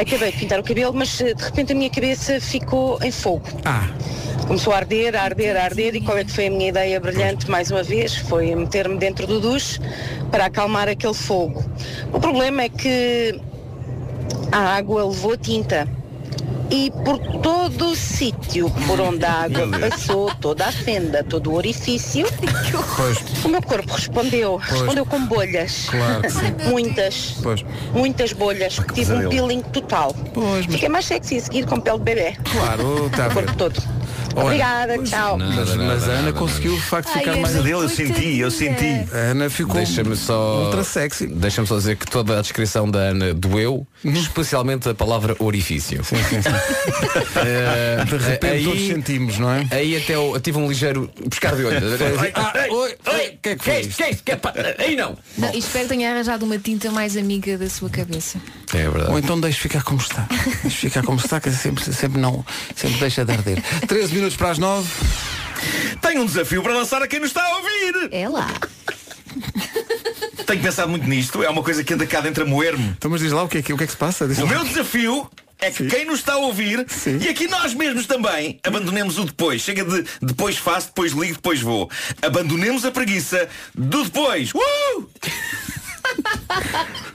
acabei de pintar o cabelo, mas ah, de repente a minha cabeça ficou em fogo. Começou a arder, a arder, a arder e qual é que foi a minha ideia brilhante mais uma vez? Foi meter-me dentro do duche para acalmar aquele fogo. O problema é que a água levou tinta. E por todo o sítio por onde a água
Meu Deus.
passou, toda a fenda, todo o orifício,
Pois.
o meu corpo respondeu. Respondeu com bolhas.
Claro que sim.
Muitas.
Pois.
Muitas bolhas. Tive um
pesadelo.
peeling total. Fiquei mais sexy a seguir com pele de bebê.
Claro, está a
O
ver.
corpo todo.
Olha,
Obrigada, tchau.
mas mas a Ana conseguiu de facto
Ai,
ficar
Ana,
mais.
Pesadelo, eu coitadinha. senti, eu senti.
A Ana ficou
Deixa-me só.
ultra sexy.
Deixa-me só dizer que toda a descrição da Ana doeu, especialmente a palavra orifício. Uhum. Sim,
sim, sim. De repente todos sentimos, não é?
Aí até eu, eu tive um ligeiro pescar de olho.
Foi.
Ah, oi, oi, que é que foi? isto? Que é isto? Que é pa- Aí não.
Não, e espero que tenha arranjado uma tinta mais amiga da sua cabeça.
É
Ou
verdade.
então deixe ficar como está. Deixe ficar como está, que sempre, sempre não, sempre deixa de arder. 13 minutos para as 9.
Tenho um desafio para lançar a quem nos está a ouvir.
É lá.
Tenho pensado muito nisto. É uma coisa que anda cá dentro a moer-me.
Então mas diz lá o que é que, o que, é que se passa? Diz
O
lá.
meu desafio é que quem nos está a ouvir e aqui nós mesmos também abandonemos o depois. Chega de depois faço, depois ligo, depois vou. Abandonemos a preguiça do depois. Uh!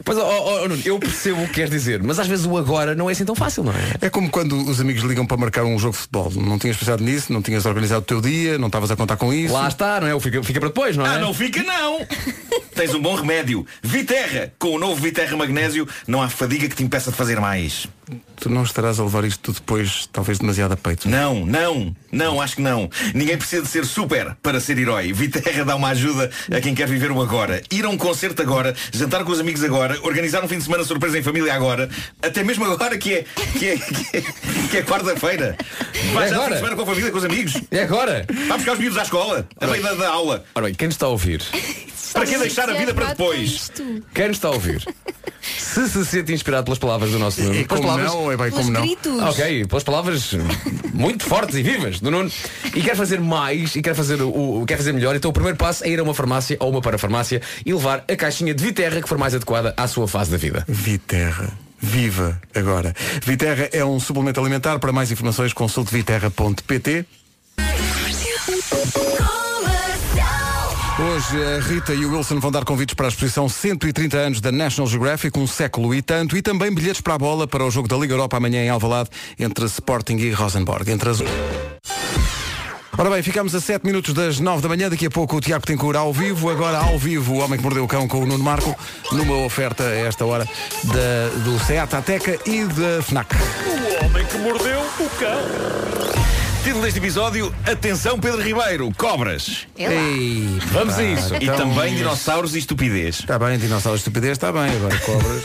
Pois, ó, ó, ó, Nuno, eu percebo o que queres dizer, mas às vezes o agora não é assim tão fácil, não é?
É como quando os amigos ligam para marcar um jogo de futebol. Não tinhas pensado nisso, não tinhas organizado o teu dia, não estavas a contar com isso.
Lá está, não é? O Fica, fica para depois, não é?
Ah, não fica não! Tens um bom remédio. Viterra. Com o novo Viterra Magnésio, não há fadiga que te impeça de fazer mais.
Tu não estarás a levar isto tudo depois, talvez demasiado a peito.
Não, não, não, acho que não. Ninguém precisa de ser super para ser herói. Viterra dá uma ajuda a quem quer viver o agora. Ir a um concerto agora, jantar com os amigos agora, organizar um fim de semana surpresa em família agora, até mesmo agora que é, que é, que é, que é quarta-feira. Vai
É
já ao fim
agora.
de semana com a família, com os amigos.
É agora?
Vai buscar os miúdos à escola, a meio da, da aula.
Ora bem, quem nos está a ouvir?
Para que deixar a
é
vida para depois?
Quem nos está a ouvir? Se se sente inspirado pelas palavras do nosso Nuno.
E
pelas
como
palavras...
não, é bem, como Pelos não. gritos.
Ah, Ok, pelas palavras muito fortes e vivas do Nuno. E quer fazer mais, e quer fazer, o, o- quer fazer melhor, então o primeiro passo é ir a uma farmácia ou uma parafarmácia e levar a caixinha de Viterra que for mais adequada à sua fase da vida.
Viterra. Viva agora. Viterra é um suplemento alimentar. Para mais informações, consulte viterra.pt. Hoje a Rita e o Wilson vão dar convites para a exposição 130 anos da National Geographic, um século e tanto, e também bilhetes para a bola para o jogo da Liga Europa amanhã em Alvalade entre Sporting e Rosenborg. Entre as... Ora bem, ficamos a 7 minutos das 9 da manhã, daqui a pouco o Tiago Tencour ao vivo, agora ao vivo o Homem que Mordeu o Cão com o Nuno Marco, numa oferta a esta hora da- do SEAT Ateca e da FNAC.
O homem que mordeu o cão.
Título deste episódio: Atenção, Pedro Ribeiro, cobras. Ei, vamos a isso. E também dinossauros e estupidez. Está
bem, dinossauros e estupidez, está bem, agora cobras.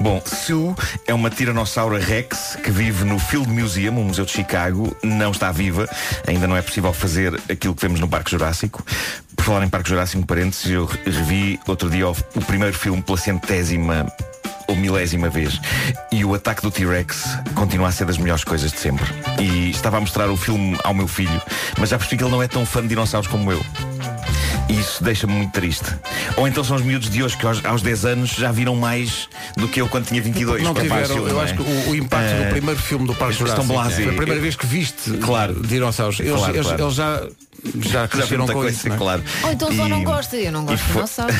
Bom, Sue é uma tiranossauro rex que vive no Field Museum, um museu de Chicago. Não está viva, ainda não é possível fazer aquilo que vemos no Parque Jurássico. Por falar em Parque Jurássico, um parênteses, eu re- revi outro dia o o primeiro filme pela centésima ou milésima vez. E o ataque do T-Rex continua a ser das melhores coisas de sempre. E estava a mostrar o filme ao meu filho, mas já percebi que ele não é tão fã de dinossauros como eu. E isso deixa-me muito triste. Ou então são os miúdos de hoje que aos, aos 10 anos já viram mais do que eu quando tinha 22.
Não
por acaso,
tiveram, eu
não é?
acho que o, o impacto
Eh,
do primeiro filme do Parque
eles estão
Jurássico
blasé.
foi a primeira vez que viste
Claro.
dinossauros. Eles,
Claro,
eles-
claro.
eles já, já cresceram
muita
com
coisa,
isso, não é?
claro.
Ou então só
E-
não gosta, eu não
e
gosto de
foi-
dinossauros.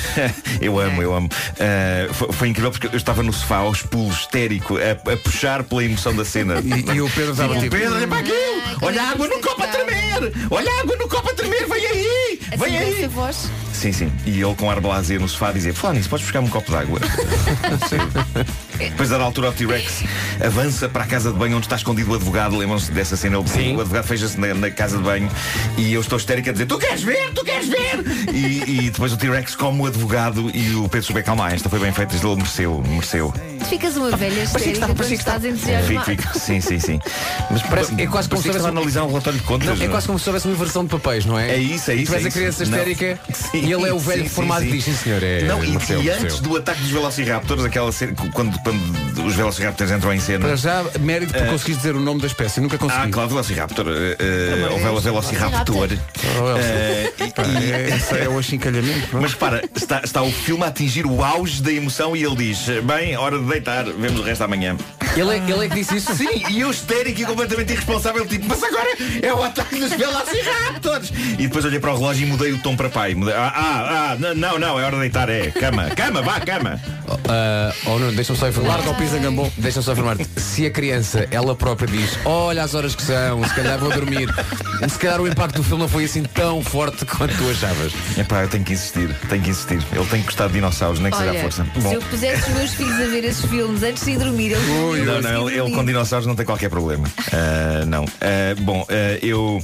eu amo, eu amo. Uh, foi, foi incrível porque eu estava no sofá aos pulos, histérico, a, a puxar pela emoção da cena.
E- e o Pedro estava
O
tipo-
Pedro, olha para aquilo! Olha a água no copo a tremer! Olha a água no copo a tremer! Vem aí!
Assim
Vem aí!
voz.
Sim, sim. E ele com ar blasé no sofá a dizer, Flávio, nisso, podes buscar me um copo de água. Sim. Depois da altura o T-Rex avança para a casa de banho onde está escondido o advogado, lembram-se dessa cena, ele o advogado fecha-se na, na casa de banho e eu estou histérico a dizer, tu queres ver? Tu queres ver? E, e depois o T-Rex come o advogado e o Pedro super calma, "Ah, esta foi bem feita, ele mereceu, mereceu.
Tu ficas uma velha histérica quando estás
Fico,
entusiasmado.
fico. Sim, sim, sim. Mas
Parece, é quase como se
estava a
houvesse-
analisar um relatório de contas.
Não, é
não
quase como se houvesse uma inversão de papéis, não é?
É isso, é
E
isso.
Tu és
é
a
isso.
criança
Não.
histérica
Sim,
e ele é o
sim,
velho
sim,
formado
sim.
diz, sim senhor, é.
Não, e,
Marcelo,
e
Marcelo."
antes do ataque dos Velociraptors, aquela cena, quando, quando os Velociraptors entram em cena.
Para já, mérito
É.
por
Eh,
conseguir dizer o nome da espécie, nunca consegui.
Ah, claro, Velociraptor. eh, eh, ou Velo- Velociraptor. Eh, e- e-
Esse é o achincalhamento.
Mas para, está, está o filme a atingir o auge da emoção e ele diz, bem, hora de deitar, vemos o resto amanhã.
Ele é, ele é que disse isso?
Sim, e eu histérico e completamente irresponsável, tipo, mas agora é o ataque dos Velociraptors! E depois olhei para o relógio e mudei o tom para pai. Mudei- ah, ah, ah, n- não, não, é hora de deitar, é. Cama, cama, vá, cama.
Ah, oh, Nuno, deixa-me só informar.
Larga o pisangambom.
Deixa-me só informar-te. Se a criança, ela própria diz, olha as horas que são, se calhar vou dormir. Se calhar o impacto do filme não foi assim tão forte quanto tu achavas.
Epá, eu tenho que insistir, tenho que insistir. Ele tem que gostar de dinossauros, nem que seja à
Olha,
força.
se eu pusesse os meus filhos a ver esses filmes antes de ir dormir, eles não iam
não,
conseguir
não, ele, ele
dormir.
com dinossauros não tem qualquer problema. Ah, não. Ah, bom, ah, eu,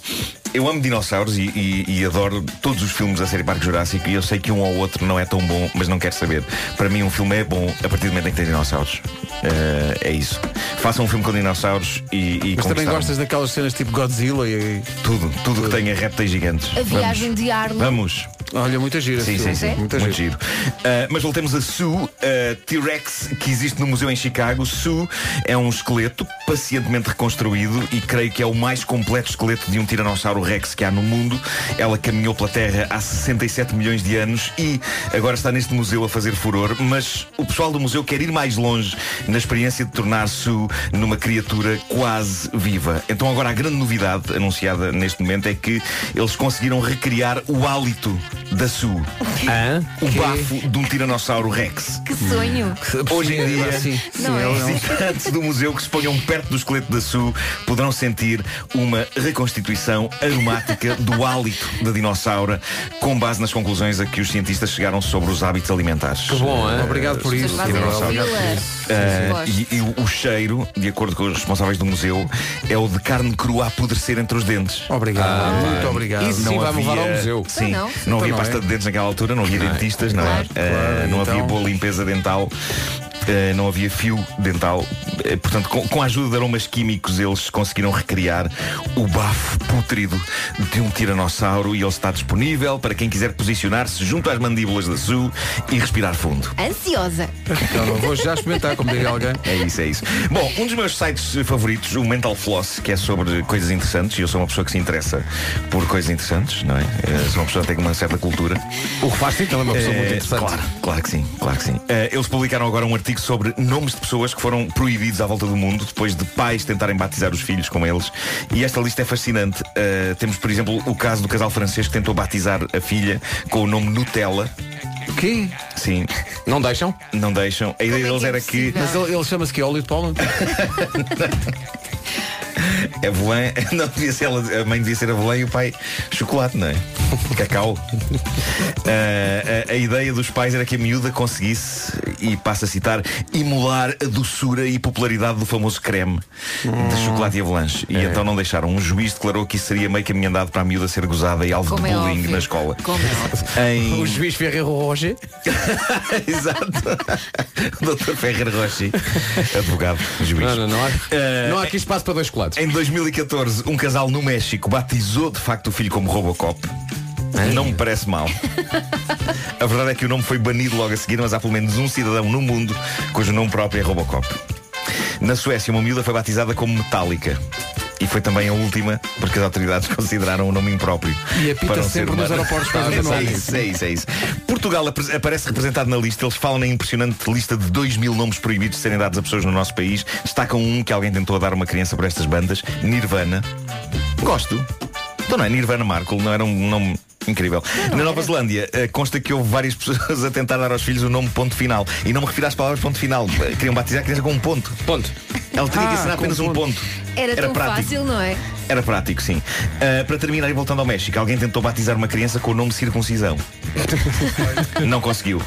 eu amo dinossauros e, e- e adoro todos os filmes da série Parque Jurássico e eu sei que um ou outro não é tão bom, mas não quero saber. Para mim um filme é bom a partir do momento em que tem dinossauros. Ah, é isso. Façam um filme com dinossauros e, e
Mas também
conquistaram.
gostas daquelas cenas tipo Godzilla e.
Tudo, tudo que tenha répteis gigantes.
A viagem de Arno.
Vamos.
Olha, muita gira.
Sim,
Sue.
sim, sim.
Muita
Muito giro. Ah, mas voltemos a Sue, a T-Rex que existe no museu em Chicago. Sue é um esqueleto pacientemente reconstruído e creio que é o mais completo esqueleto de um tiranossauro Rex que há no mundo. Ela caminhou pela Terra há 67 milhões de anos e agora está neste museu a fazer furor, mas o pessoal do museu quer ir mais longe na experiência de tornar Sue numa criatura quase viva. Então agora a grande novidade anunciada neste momento é que eles conseguiram recriar o hálito da Sue. O bafo de um tiranossauro Rex.
Que sonho.
Hoje em dia,
Sim, Não é?
os visitantes do museu que se ponham perto do esqueleto da Su poderão sentir uma reconstituição aromática do hálito da dinossauro com base nas conclusões a que os cientistas chegaram sobre os hábitos alimentares. Que
bom, hein? Obrigado por isso.
Fazem filas.
Uh,
Sim, sim,
e, e o- o cheiro, de acordo com os responsáveis do museu, é o de carne crua a apodrecer entre os dentes.
Obrigado, muito
pá.
obrigado.
Isso
Não
sim Ah, vai
havia-
levar ao museu.
Então
Sim,
não.
não,
Então
havia
não
pasta
é.
de dentes naquela altura, não havia dentistas, não, é? Uh, não havia boa limpeza dental. uh, não havia fio dental, Uh, portanto, com, com a ajuda de aromas químicos, eles conseguiram recriar o bafo pútrido de um tiranossauro e ele está disponível para quem quiser posicionar-se junto às mandíbulas da Su e respirar fundo.
Ansiosa.
Então, vou já experimentar, como diria alguém.
É isso, é isso. Bom, um dos meus sites favoritos, o Mental Floss, que é sobre coisas interessantes, e eu sou uma pessoa que se interessa por coisas interessantes, não é? Eh, sou uma pessoa que tem uma certa cultura.
O que faz sentido, é uma pessoa
Eh,
muito interessante.
Claro, claro que sim, claro que sim. Eh, eles publicaram agora um artigo sobre nomes de pessoas que foram proibidos à volta do mundo depois de pais tentarem batizar os filhos com eles. E esta lista é fascinante. Eh, temos, por exemplo, o caso do casal francês que tentou batizar a filha com o nome Nutella.
Que?
Sim.
Não deixam?
Não deixam. A ideia deles era que.
Mas ele, ele chama-se que óleo de palma?
A Voan, não devia ser ela, a mãe devia ser a Voan e o pai chocolate, não é? Cacau. Ah, a, a ideia dos pais era que a miúda conseguisse, e passo a citar, emular a doçura e popularidade do famoso creme
Hum.
de chocolate e avalanche.
É.
E então não deixaram. Um juiz declarou que isso seria meio caminho andado para a miúda ser gozada e alvo
Como
de
é
bullying
óbvio.
na escola.
Como é
Em-
O juiz Ferreiro Roger.
Exato. Dr. Ferreira Rocha, advogado, juiz. Não, não, há,
não há aqui espaço para dois colados.
Em 2014, um casal no México batizou de facto o filho como Robocop. Não me parece mal. A verdade é que o nome foi banido logo a seguir, mas há pelo menos um cidadão no mundo cujo nome próprio é Robocop. Na Suécia, uma miúda foi batizada como Metallica. E foi também a última, porque as autoridades consideraram o nome impróprio.
E apita
para um ser
sempre nos
humano.
aeroportos para dizer
é
nome.
isso, é isso, é isso. Portugal apre- aparece representado na lista. Eles falam na impressionante lista de 2 mil nomes proibidos de serem dados a pessoas no nosso país. Destacam um que alguém tentou dar a uma criança por estas bandas. Nirvana. Gosto. Então não é Nirvana Markle, não era um nome incrível. Na Nova Zelândia, eh, consta que houve várias pessoas a tentar dar aos filhos o nome ponto final. E não me refiro às palavras ponto final. Eh, Queriam batizar a criança com um ponto. Ponto. Ela teria
Ah,
que ensinar
com
apenas um ponto.
Era, tão
prático.
fácil, não é?
Era prático, sim. Ah, para terminar e voltando ao México, alguém tentou batizar uma criança com o nome circuncisão. Não conseguiu.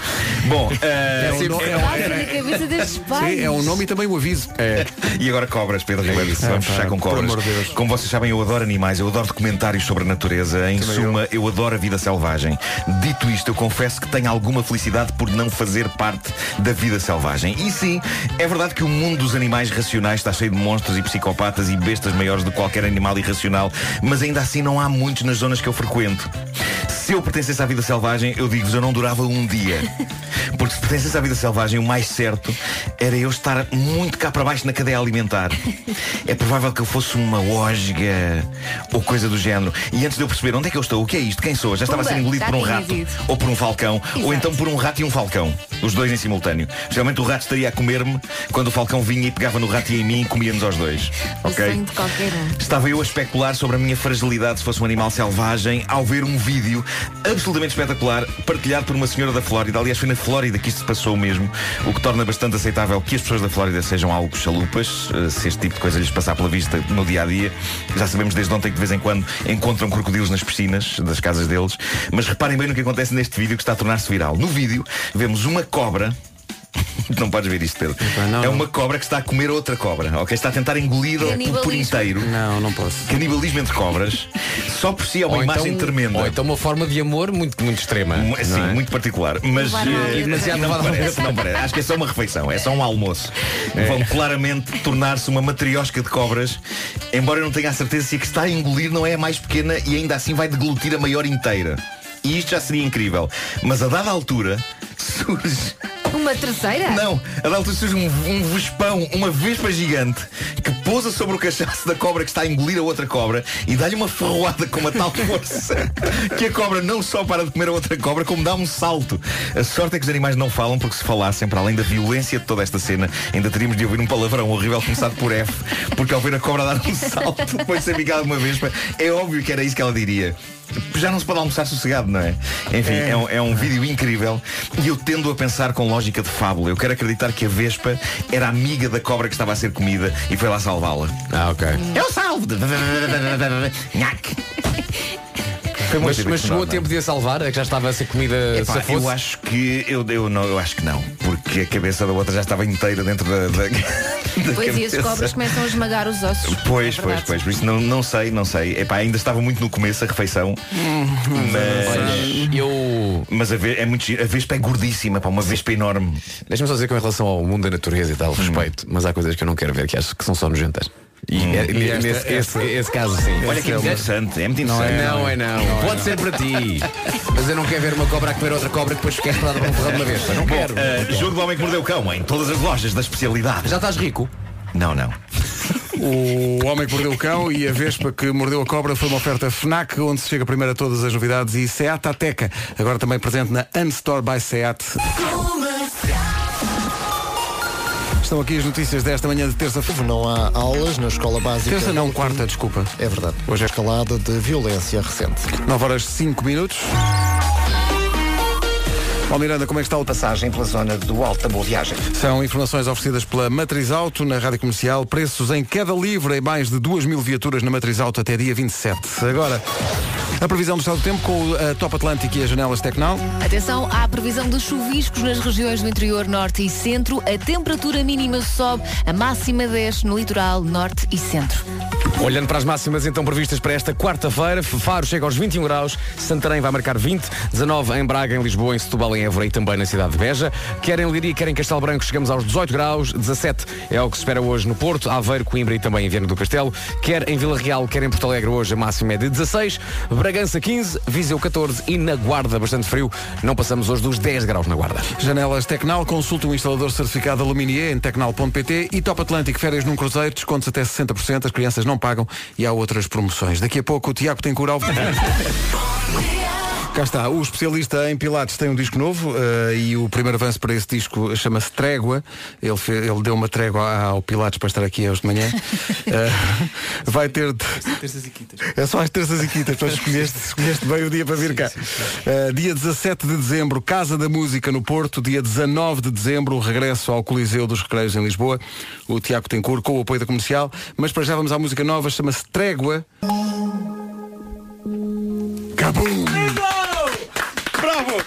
Bom, ah,
É um no- é um-
Passa na cabeça destes pais.
Sim, é um nome e também um aviso.
É.
E agora cobras, Pedro Ribeiro.
isso.
Vamos
Ah, pá,
fechar com
por
cobras.
amor de Deus.
Como vocês sabem, eu adoro animais, eu adoro documentários sobre a natureza. Em
Também
suma, eu. adoro a vida selvagem. Dito isto, eu confesso que tenho alguma felicidade por não fazer parte da vida selvagem. E sim, é verdade que o mundo dos animais racionais está cheio de monstros e psicopatas e bestas maiores do que qualquer animal irracional, mas ainda assim não há muitos nas zonas que eu frequento. Se eu pertencesse à vida selvagem, eu digo-vos, eu não durava um dia. Porque se pertencesse à vida selvagem, o mais certo era eu estar muito cá para baixo na cadeia alimentar. É provável que eu fosse uma osga ou coisa do género. E antes de eu perceber onde é que eu estou, o que é isto, quem sou, já estava a ser
Pumba,
engolido
está
por um rato
atingido.
ou por um falcão,
Exato.
ou então por um rato e um falcão. Os dois em simultâneo. Geralmente o rato estaria a comer-me quando o falcão vinha e pegava no rato e em mim e comia-nos aos dois. Ok?
Sonho de qualquer um.
Estava eu a especular sobre a minha fragilidade se fosse um animal selvagem ao ver um vídeo absolutamente espetacular partilhado por uma senhora da Flórida. Aliás, foi na Flórida que isto se passou mesmo, o que torna bastante aceitável que as pessoas da Flórida sejam algo chalupas, eh, se este tipo de coisa lhes passar pela vista no dia a dia. Já sabemos desde ontem que de vez em quando encontram crocodilos nas piscinas das casas deles. Mas reparem bem no que acontece neste vídeo que está a tornar-se viral. No vídeo, vemos uma cobra não podes ver isto, Pedro. é uma cobra que está a comer outra cobra, ok? Está a tentar engolir por, por
Canibalismo.
inteiro. Não, não posso. Canibalismo entre cobras. Só por si é uma
Ou
imagem
então-
tremenda.
ou então uma forma de amor muito, muito extrema.
Sim,
não é?
muito particular. Mas
Levaram à
eh,
vida.
demasiado não
Levaram à
parece,
vida.
não parece. Acho que é só uma refeição, é só um almoço.
É.
Vão claramente tornar-se uma matriosca de cobras, embora eu não tenha a certeza se a que está a engolir não é a mais pequena e ainda assim vai deglutir a maior inteira. E isto já seria incrível. Mas a dada altura surge
Uma terceira?
não, a dada altura surge um, um vespão, uma vespa gigante, que pousa sobre o cachaço da cobra que está a engolir a outra cobra e dá-lhe uma ferroada com uma tal força que a cobra não só para de comer a outra cobra, como dá um salto. A sorte é que os animais não falam, porque se falassem, para além da violência de toda esta cena, ainda teríamos de ouvir um palavrão horrível começado por F, porque ao ver a cobra dar um salto depois de ser picada uma vespa, é óbvio que era isso que ela diria. Já não se pode almoçar sossegado, não é? Enfim, é, um, é um vídeo incrível e eu tendo a pensar com lógica de fábula. Eu quero acreditar que a Vespa era amiga da cobra que estava a ser comida e foi lá salvá-la. Ah, ok. Eu salvo! Nhaque.
Mas, mas chegou a tempo de a salvar, é que já estava a ser comida
Epá,
se fosse.
eu acho que eu, eu não, eu acho que não, porque a cabeça da outra já estava inteira dentro da, da, da
Pois e as
cabeça.
cobras começam a esmagar os ossos. É
Pois, pois,
verdade.
pois, por isso não, não sei, não sei. Epá, ainda estava muito no começo a refeição.
Hum,
Mas eu. Mas a, ve- é muito giro. a vespa é gordíssima, pá, uma vespa enorme.
Deixa-me só dizer que em relação ao mundo da natureza e tal, respeito, mas há coisas que eu não quero ver que acho que são só nojentas. E, é-
E
nesse-
esta-
esse,
esta-
esse caso sim.
Olha que
Esse é uma-
interessante, é muito
Não é
interessante.
não, é não.
Não é
Pode
não.
ser para ti. Mas eu não quero ver uma cobra a comer outra cobra e depois ficar esperada para um porrão de uma vez. Eu Não
Bom,
quero.
eh, jogo do homem que mordeu o cão, em todas as lojas da especialidade.
Já estás rico?
Não, não.
O Homem que Mordeu o Cão e a Vespa que Mordeu a Cobra foi uma oferta FNAC, onde se chega primeiro a todas as novidades, e SEAT Ateca, agora também presente na Unstore by SEAT. Estão aqui as notícias desta manhã de terça-feira.
Não há aulas na escola básica.
Terça não, quarta, desculpa.
É verdade. Hoje é escalada de violência recente.
9 horas 5 minutos. Ó Miranda, como é que está o
passagem pela zona do Alto da Boa Viagem?
São informações oferecidas pela Matriz Auto na Rádio Comercial. Preços em queda livre em mais de 2 mil viaturas na Matriz Auto até dia 27. Agora, a previsão do estado do tempo com a Top Atlântico e as janelas Tecnal.
Atenção à previsão de chuviscos nas regiões do interior norte e centro. A temperatura mínima sobe, a máxima desce no litoral norte e centro.
Olhando para as máximas então previstas para esta quarta-feira, Faro chega aos 21 graus, Santarém vai marcar 20, 19 em Braga, em Lisboa, em Setúbal, em Évora e também na cidade de Beja. Quer em Liria, quer em Castelo Branco, chegamos aos 18 graus, 17 é o que se espera hoje no Porto, Aveiro, Coimbra e também em Viana do Castelo. Quer em Vila Real, quer em Porto Alegre, hoje a máxima é de 16, Bragança 15, Viseu 14 e na Guarda, bastante frio, não passamos hoje dos 10 graus na Guarda.
Janelas Tecnal, consulta um instalador certificado Aluminier em tecnal.pt e Top Atlântico, férias num cruzeiro, descontos até 60%, as crianças não pagam e há outras promoções. Daqui a pouco o Tiago tem cural. Cá está, o especialista em Pilates tem um disco novo eh, e o primeiro avanço para esse disco chama-se Trégua. Ele, fe- ele deu uma trégua ao Pilates para estar aqui hoje de manhã. Eh, vai ter.
Terças e quintas.
É só às terças e quintas, portanto escolheste, escolheste bem o dia para vir cá. Uh, dia 17 de dezembro, Casa da Música no Porto. Dia 19 de dezembro, regresso ao Coliseu dos Recreios em Lisboa. O Tiago Tencourt com o apoio da comercial. Mas para já vamos à música nova, chama-se Trégua. Cabum!
Então, Bravo!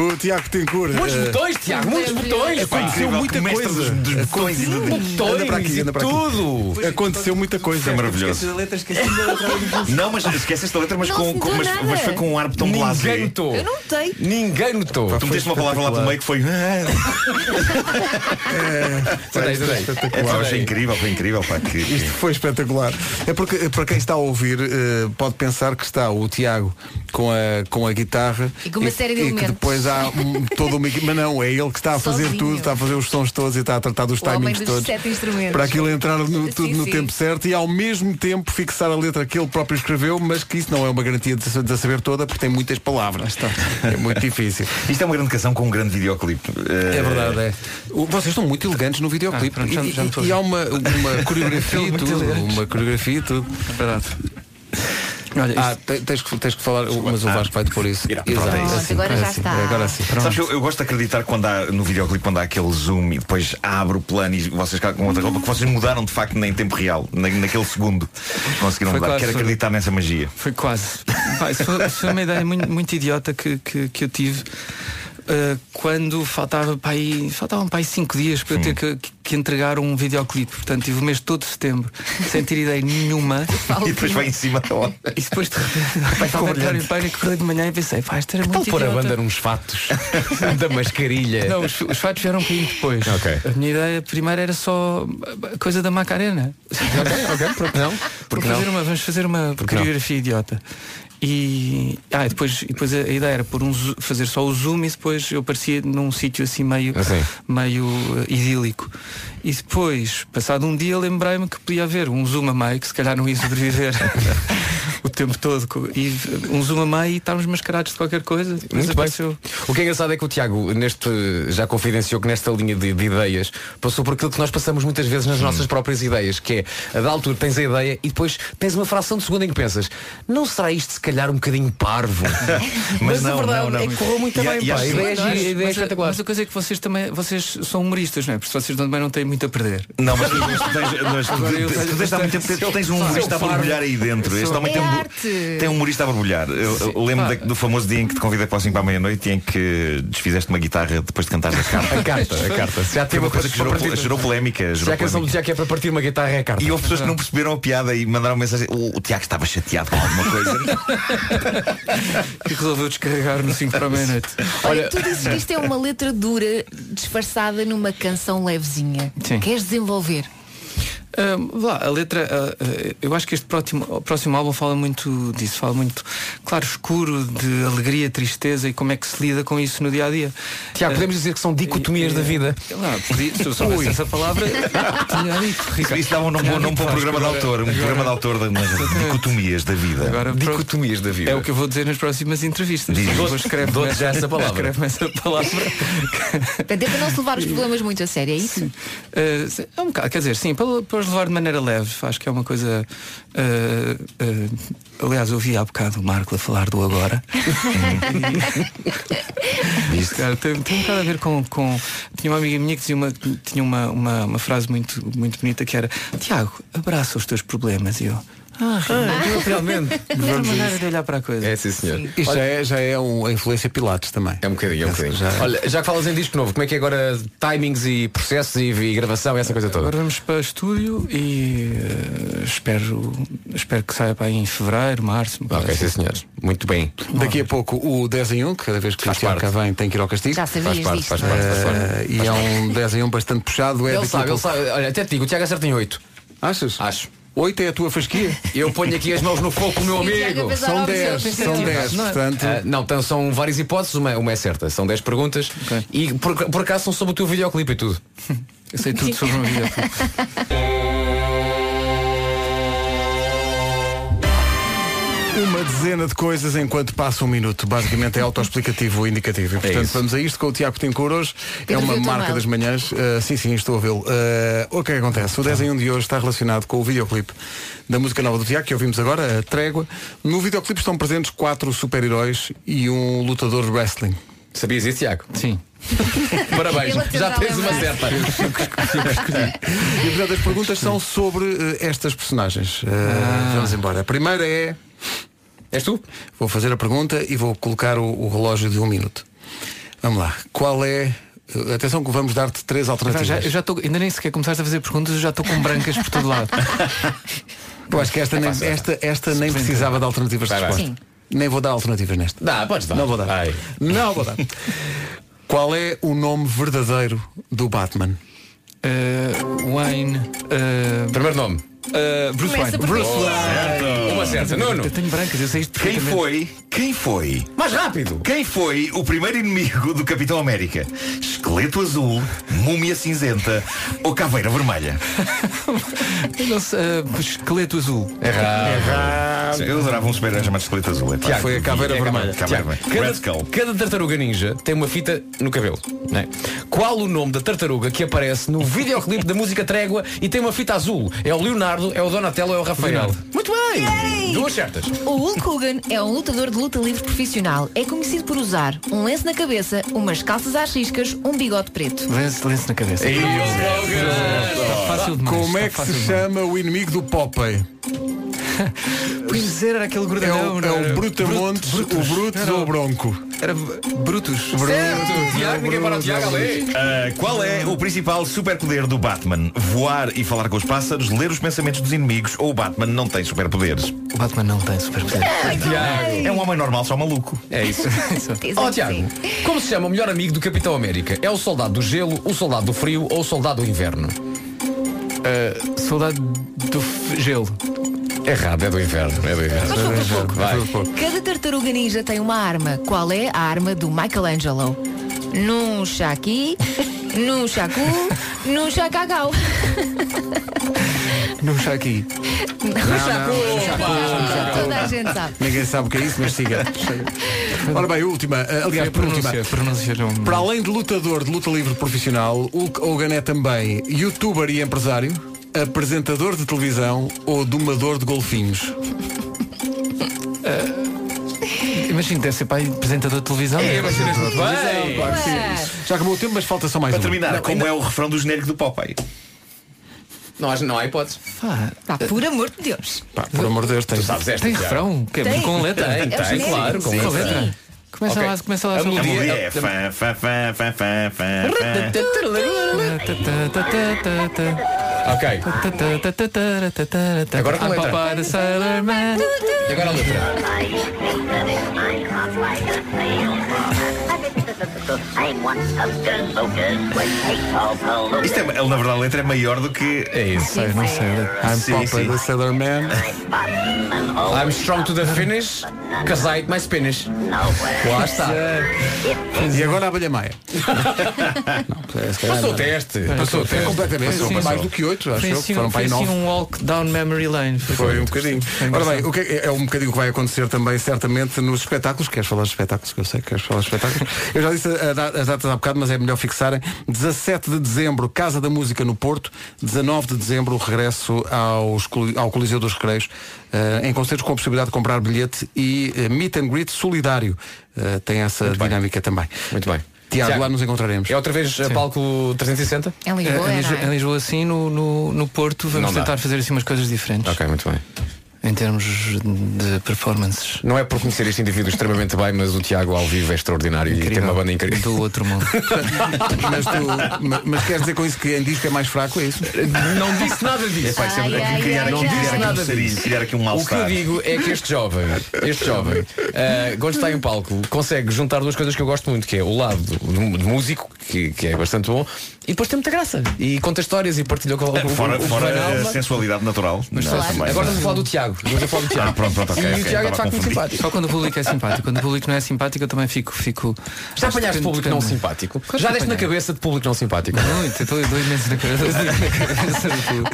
O Tiago Tencourt.
Muitos
eh,
botões, Tiago, muitos botões, pá.
Aconteceu
Incrível,
muita
que mestre
coisa.
dos- dos botões e do-
Aconteceu- Anda para aqui,
botões
anda para
e
aqui.
tudo.
Aconteceu muita coisa.
É maravilhoso.
assim
Não, mas esquece esta letra, mas,
Não
com,
se
com-
deu
mas,
nada.
mas foi com um ar tão
Ninguém
blasé.
notou. Eu não
notei.
Ninguém notou. Tu meteste uma palavra lá pelo meio que foi. "Ah, É, pá, foi incrível, foi incrível, pá. que- que-
Isto foi espetacular. É porque eh, para quem está a ouvir eh, pode pensar que está o Tiago com a, com a guitarra
E com uma série de
e que
elementos.
depois há um, toda uma equipe. Mas não, é ele que está a fazer
Sozinho.
tudo, está a fazer os sons todos e está a tratar dos
O homem
timings
dos
todos.
sete instrumentos.
Para aquilo entrar no,
Sim,
tudo no
sim.
tempo certo e ao mesmo tempo fixar a letra que ele próprio escreveu, mas que isso não é uma garantia de, sa- de a saber toda porque tem muitas palavras. É muito difícil.
Isto é uma grande canção com um grande videoclipe.
É verdade, é. O- Vocês estão muito elegantes no videoclipe.
Ah, pronto, já-
E-
já me estou
e,
a
e
ver.
há uma, uma coreografia e
Muito
tudo.
elegantes.
Uma coreografia e tudo. É Verdade. ah, te- tens, que, tens que falar, mas o Vasco vai depor isso. Exato.
Pronto, é isso.
É assim, é assim, é Agora sim.
Sabes que eu, eu gosto de acreditar quando há no videoclipe quando há aquele zoom e depois abre o plano e vocês cá com outra roupa que vocês mudaram de facto em tempo real, na, naquele segundo. Conseguiram
Foi
mudar.
quase,
Quero
foi.
acreditar nessa magia.
Foi quase. Pá, isso foi, isso foi uma ideia muito, muito idiota que, que, que eu tive. uh, quando faltava para aí, faltavam para aí 5 dias para eu ter que, que entregar um videoclipe. Portanto, tive o mês todo de setembro, sem ter ideia nenhuma.
E depois vai em cima da hora.
E depois de repente, vai
com
entrar em
brilhante.
pânico, acordei de manhã e pensei, pá, isto era
Então
muito
pôr a
idiota.
banda uns fatos da mascarilha.
Não, os, os fatos vieram um bocadinho depois. A minha ideia primeira era só a coisa da Macarena.
ok, porque não?
Vou
não?
fazer Uma, vamos fazer uma
não?
coreografia idiota. E, ah, e depois, e depois a, a ideia era pôr um, zo- fazer só o zoom e depois eu parecia num sítio assim meio,
Assim.
meio eh, idílico. E depois, passado um dia, lembrei-me que podia haver um zoom a meio, que se calhar não ia sobreviver o tempo todo. co- E eh, um zoom a meio e estarmos mascarados de qualquer coisa. Depois
Muito
apareceu.
bem. O que é engraçado é que o Tiago neste, já confidenciou que nesta linha de, de ideias passou por aquilo que nós passamos muitas vezes nas nossas próprias ideias, que é a da altura tens a ideia e depois tens uma fração de segundo em que pensas, não será isto se calhar um bocadinho parvo?
Mas
a
não,
verdade
não, não.
é que correu muito
E-
bem,
e
pá.
acho-
A ideia é gira, a
mas-
ideia é
mas a-
espetacular.
Mas a coisa é que vocês também, vocês são humoristas, não é? Porque vocês também não têm muito a perder.
Não, mas tu mas tu tens, mas tu-
Agora eu
tu- tu tens há muito tempo tu tens um
Sou
humorista a
fardo.
borbulhar aí dentro. Este há muito
É
tempo-
arte.
tem um humorista a borbulhar. Eu, eu lembro da- do famoso dia em que te convidei para o 5 para a meia-noite e em que desfizeste uma guitarra depois de cantares a carta.
A carta, a carta. Já teve
Já teve uma coisa que gerou,
partida-
gerou polémica.
Já
Gerou
a canção
polémica.
do Tiago é para partir uma guitarra é a carta.
E houve pessoas que não perceberam a piada e mandaram mensagem. O, o Tiago estava chateado com alguma coisa.
E é resolveu descarregar no 5 para a meia-noite.
Olha, tu dizes que isto é uma letra dura disfarçada numa canção levezinha.
Sim.
Queres desenvolver?
Ah, vá lá, a letra, ah, ah, eu acho que este próximo, o próximo álbum fala muito disso, fala muito claro escuro de alegria, tristeza e como é que se lida com isso no dia a dia.
Tiago, podemos dizer que são dicotomias da vida.
Não, podia- se eu soubesse
Ui.
essa palavra, tinha ali. Ricardo.
Isso dava um nome,
Tinha
bom
ali
nome para um
Vasco,
programa de
agora-
autor. Um
agora-
programa de autor de dicotomias da vida.
Agora,
dicotomias da vida.
É o que eu vou dizer nas próximas entrevistas.
Diz.
Eu
Dou-
escrevo
dou-te já essa palavra.
Escrevo essa palavra.
Portanto, é para não se levar os problemas muito a sério, é isso?
Uh, se- é um bocado, quer dizer, sim, para, para os levar de maneira leve, acho que é uma coisa. uh, uh, aliás, eu ouvi há bocado o Marco a falar do agora. Isto, cara, tem, tem um bocado a ver com, com- Tinha uma amiga minha que dizia uma, tinha uma, uma, uma frase muito, muito bonita que era: Tiago, abraça os teus problemas. E eu. Ah,
realmente.
Não é maneira de olhar para a coisa.
É, sim, senhor.
Isto já
Olha,
é, já é um, a influência Pilates também.
É um bocadinho, é um bocadinho.
Já-
Olha, já que falas em disco novo, como é que é agora timings e processos e, e gravação e essa coisa toda?
Agora vamos para o estúdio e eh, espero, espero que saia para aí em fevereiro, março. uma coisa
Ok,
assim.
sim senhores. Muito bem.
Daqui a pouco o 10 em 1, que cada vez que Cristiano cá vem tem que ir ao castigo.
Já sabias Faz parte, disto, faz não
é? parte, faz parte.
Eh, E é um 10 em 1 bastante puxado. É
ele
daqui a
sabe, ele
pouco.
sabe. Olha, até te digo, o Tiago acerta em 8.
Achas?
Acho.
8 é a tua fasquia?
Eu ponho aqui as mãos no fogo, meu
E o Tiago
amigo.
pensava São nisso, eu 10, pensei são nisso. 10,
Não é?
portanto-
Ah, não, então são várias hipóteses, uma, uma é certa. São 10 perguntas e por, por acaso são sobre o teu videoclipe e tudo.
Eu sei tudo sobre o meu videoclipe.
Uma dezena de coisas enquanto passa um minuto. Basicamente é autoexplicativo ou indicativo. E, portanto,
isso.
vamos a isto com o Tiago Tencour hoje. é
Pedro,
uma
viu o teu
marca
mail?
das manhãs. Uh, sim, sim, estou a vê-lo. Uh, o que é que acontece? O 10 em 1 de hoje está relacionado com o videoclipe da música nova do Tiago, que ouvimos agora, a Trégua. No videoclipe estão presentes quatro super-heróis e um lutador de wrestling.
Sabias isso, Tiago?
Sim.
Parabéns,
Ele até
já
já
tens
lembra.
uma certa.
E portanto as perguntas são sobre eh, estas personagens. Eh, Vamos embora. A primeira é.
És tu?
Vou fazer a pergunta e vou colocar o, o relógio de um minuto. Vamos lá. Qual é. eh, Atenção que vamos dar-te três
Agora
alternativas.
já- eu já estou, ainda nem sequer começaste a fazer perguntas, eu já estou com brancas por todo lado.
Eu acho que esta
É
nem, esta, esta nem precisava de alternativas de
Vai, vai.
resposta. Nem vou dar alternativas nesta.
Dá, podes dar.
Não vou dar. Não vou dar. Qual é o nome verdadeiro do Batman?
Eh, Wayne. eh,
Primeiro nome.
eh, Bruce
Começa
Wayne.
por
Bruce
Bruce.
Wayne.
Certo. Uma certa, Nuno.
Eu tenho brancas, eu sei isto
Quem
perfeitamente.
foi? Quem foi?
Mais rápido!
Quem foi o primeiro inimigo do Capitão América? Esqueleto azul, múmia cinzenta ou caveira vermelha?
Eu não sei, eh, esqueleto azul. É,
Errado. Eu adorava um super-herói chamado Esqueleto Azul. epá.
Ah, Tiago,
Vi- é Caveira
Tiago,
vermelha. Red
cada,
Skull.
cada tartaruga ninja tem uma fita no cabelo. não é? Qual o nome da tartaruga que aparece no videoclipe da música Trégua e tem uma fita azul? É o Leonardo, é o Donatello, é o Rafael.
Leonardo.
Muito bem! Duas certas.
O Hulk Hogan é um lutador de luta livre profissional. É conhecido por usar um lenço na cabeça, umas calças às riscas, um bigode preto.
Lenço, lenço na cabeça. Tá Fácil demais,
Como é que
está
se
fácil
chama o inimigo do Popeye?
Pois era aquele
É
gordadão.
o,
não
é o
era?
Brutamontes,
Brut-
o Brutus
Era
ou o Bronco?
Era Brutus.
Tiago, ninguém para o Tiago ali.
Ah, qual é o principal superpoder do Batman? Voar e falar com os pássaros, ler os pensamentos dos inimigos ou o Batman não tem superpoderes?
O Batman não tem superpoder.
Tiago. É um homem normal, só maluco.
É isso. Ó Tiago, como se chama o melhor amigo do Capitão América? É o soldado do gelo, o soldado do frio ou o soldado do inverno?
Eh, soldado do f- gelo.
Errado, é do inverno. É do inverno.
Mas falta pouco.
Vai.
Cada tartaruga ninja tem uma arma. Qual é a arma do Michelangelo? Num chaqui, num chacu, num chacacau.
Não está aqui.
Num
chacu,
Toda a gente sabe.
Ninguém sabe o que é isso, mas siga. Ora bem, última, eh, aliás, por última.
Pronúncia, não-
Para além de lutador de luta livre profissional, o Hogan é também youtuber e empresário, apresentador de televisão ou domador de golfinhos.
Imagino, deve ser pai apresentador de televisão.
É,
imagina tudo bem.
Claro que sim. Já acabou o tempo, mas falta só mais um.
Para
uma.
terminar, como é o refrão do genérico do Popeye?
Não, há- não há hipótese.
Pá, por amor de Deus.
Pá, por amor de Deus, tem.
Tu sabes esta.
Tem
Tiago.
refrão? Que é
Tem.
Com letra?
Tem,
É o
tem,
genérico.
claro. Com
Sim,
Com
letra.
letra? Começa
Ok.
lá, começa lá. um
A
sobre-
A
melodia-
melodia é fã, fã, fã, fã, fã, fã,
é.
fã.
Ok. Agora com
I'm
letra.
Papa the Sailor Man.
E agora a letra.
Isto é, ele, na verdade, a letra é maior do que. É isso.
Sei, não sei. I'm Papa the Sailor Man.
I'm strong to the finish, cause I eat my spinach. Lá está.
E agora a abelha Maia.
Passou o teste.
Passou o teste. É, Completamente.
Foi assim,
mais do que oito, acho
Foi
eu.
assim,
Foram para
foi
aí
assim
nove.
um walk down memory lane.
Foi um bocadinho. Ora bem, o que é, é um bocadinho que vai acontecer também, certamente, nos espetáculos. Queres falar de espetáculos? Que eu sei que queres falar de espetáculos. Eu já disse a da- as datas há bocado, mas é melhor fixarem. 17 de dezembro, Casa da Música no Porto. 19 de dezembro, regresso aos Coli- ao Coliseu dos Recreios. eh, em concertos com a possibilidade de comprar bilhete e eh, meet and greet solidário. Eh, tem essa dinâmica também.
Muito bem.
Tiago,
Tiago,
lá nos encontraremos.
É outra vez eh, palco 360?
Em Lisboa, é,
em,
não
Lisboa,
é?
em Lisboa, sim, no, no, no Porto, vamos
Não dá.
tentar fazer assim umas coisas diferentes.
Ok, muito bem.
Em termos de performances.
Não é por conhecer este indivíduo extremamente bem, mas o Tiago ao vivo é extraordinário e tem uma banda incrível.
Do outro mundo.
mas, tu- ma- mas queres dizer com isso que em disco é mais fraco, é isso?
Não disse nada disso.
Epá, isso é-
Ai,
é que
ai,
criar
ai,
aqui-
ai.
criar aqui um
Nada
sarilho,
disso.
criar aqui um
O que eu
mal-estar.
digo Então, é que este jovem, este jovem, eh, quando está em palco, consegue juntar duas coisas que eu gosto muito, que é o lado de, de músico, que, que é bastante bom, e depois tem muita graça. E conta histórias e partilha com, com, com
Fora,
com o
fora
Joana
a
Alva.
sensualidade natural.
Mas
Não, é
claro.
também,
Agora
não.
estamos a falar do Tiago. Estamos a falar do Tiago.
Ah, pronto, pronto, ok,
e
ok,
o Tiago é de
estava
facto muito
confundido.
simpático.
Só quando o público é simpático. Quando o público não é simpático, eu também fico. fico
Já apanhaste público não simpático? Já deste na cabeça de público não simpático?
Muito, eu estou dois meses na cabeça.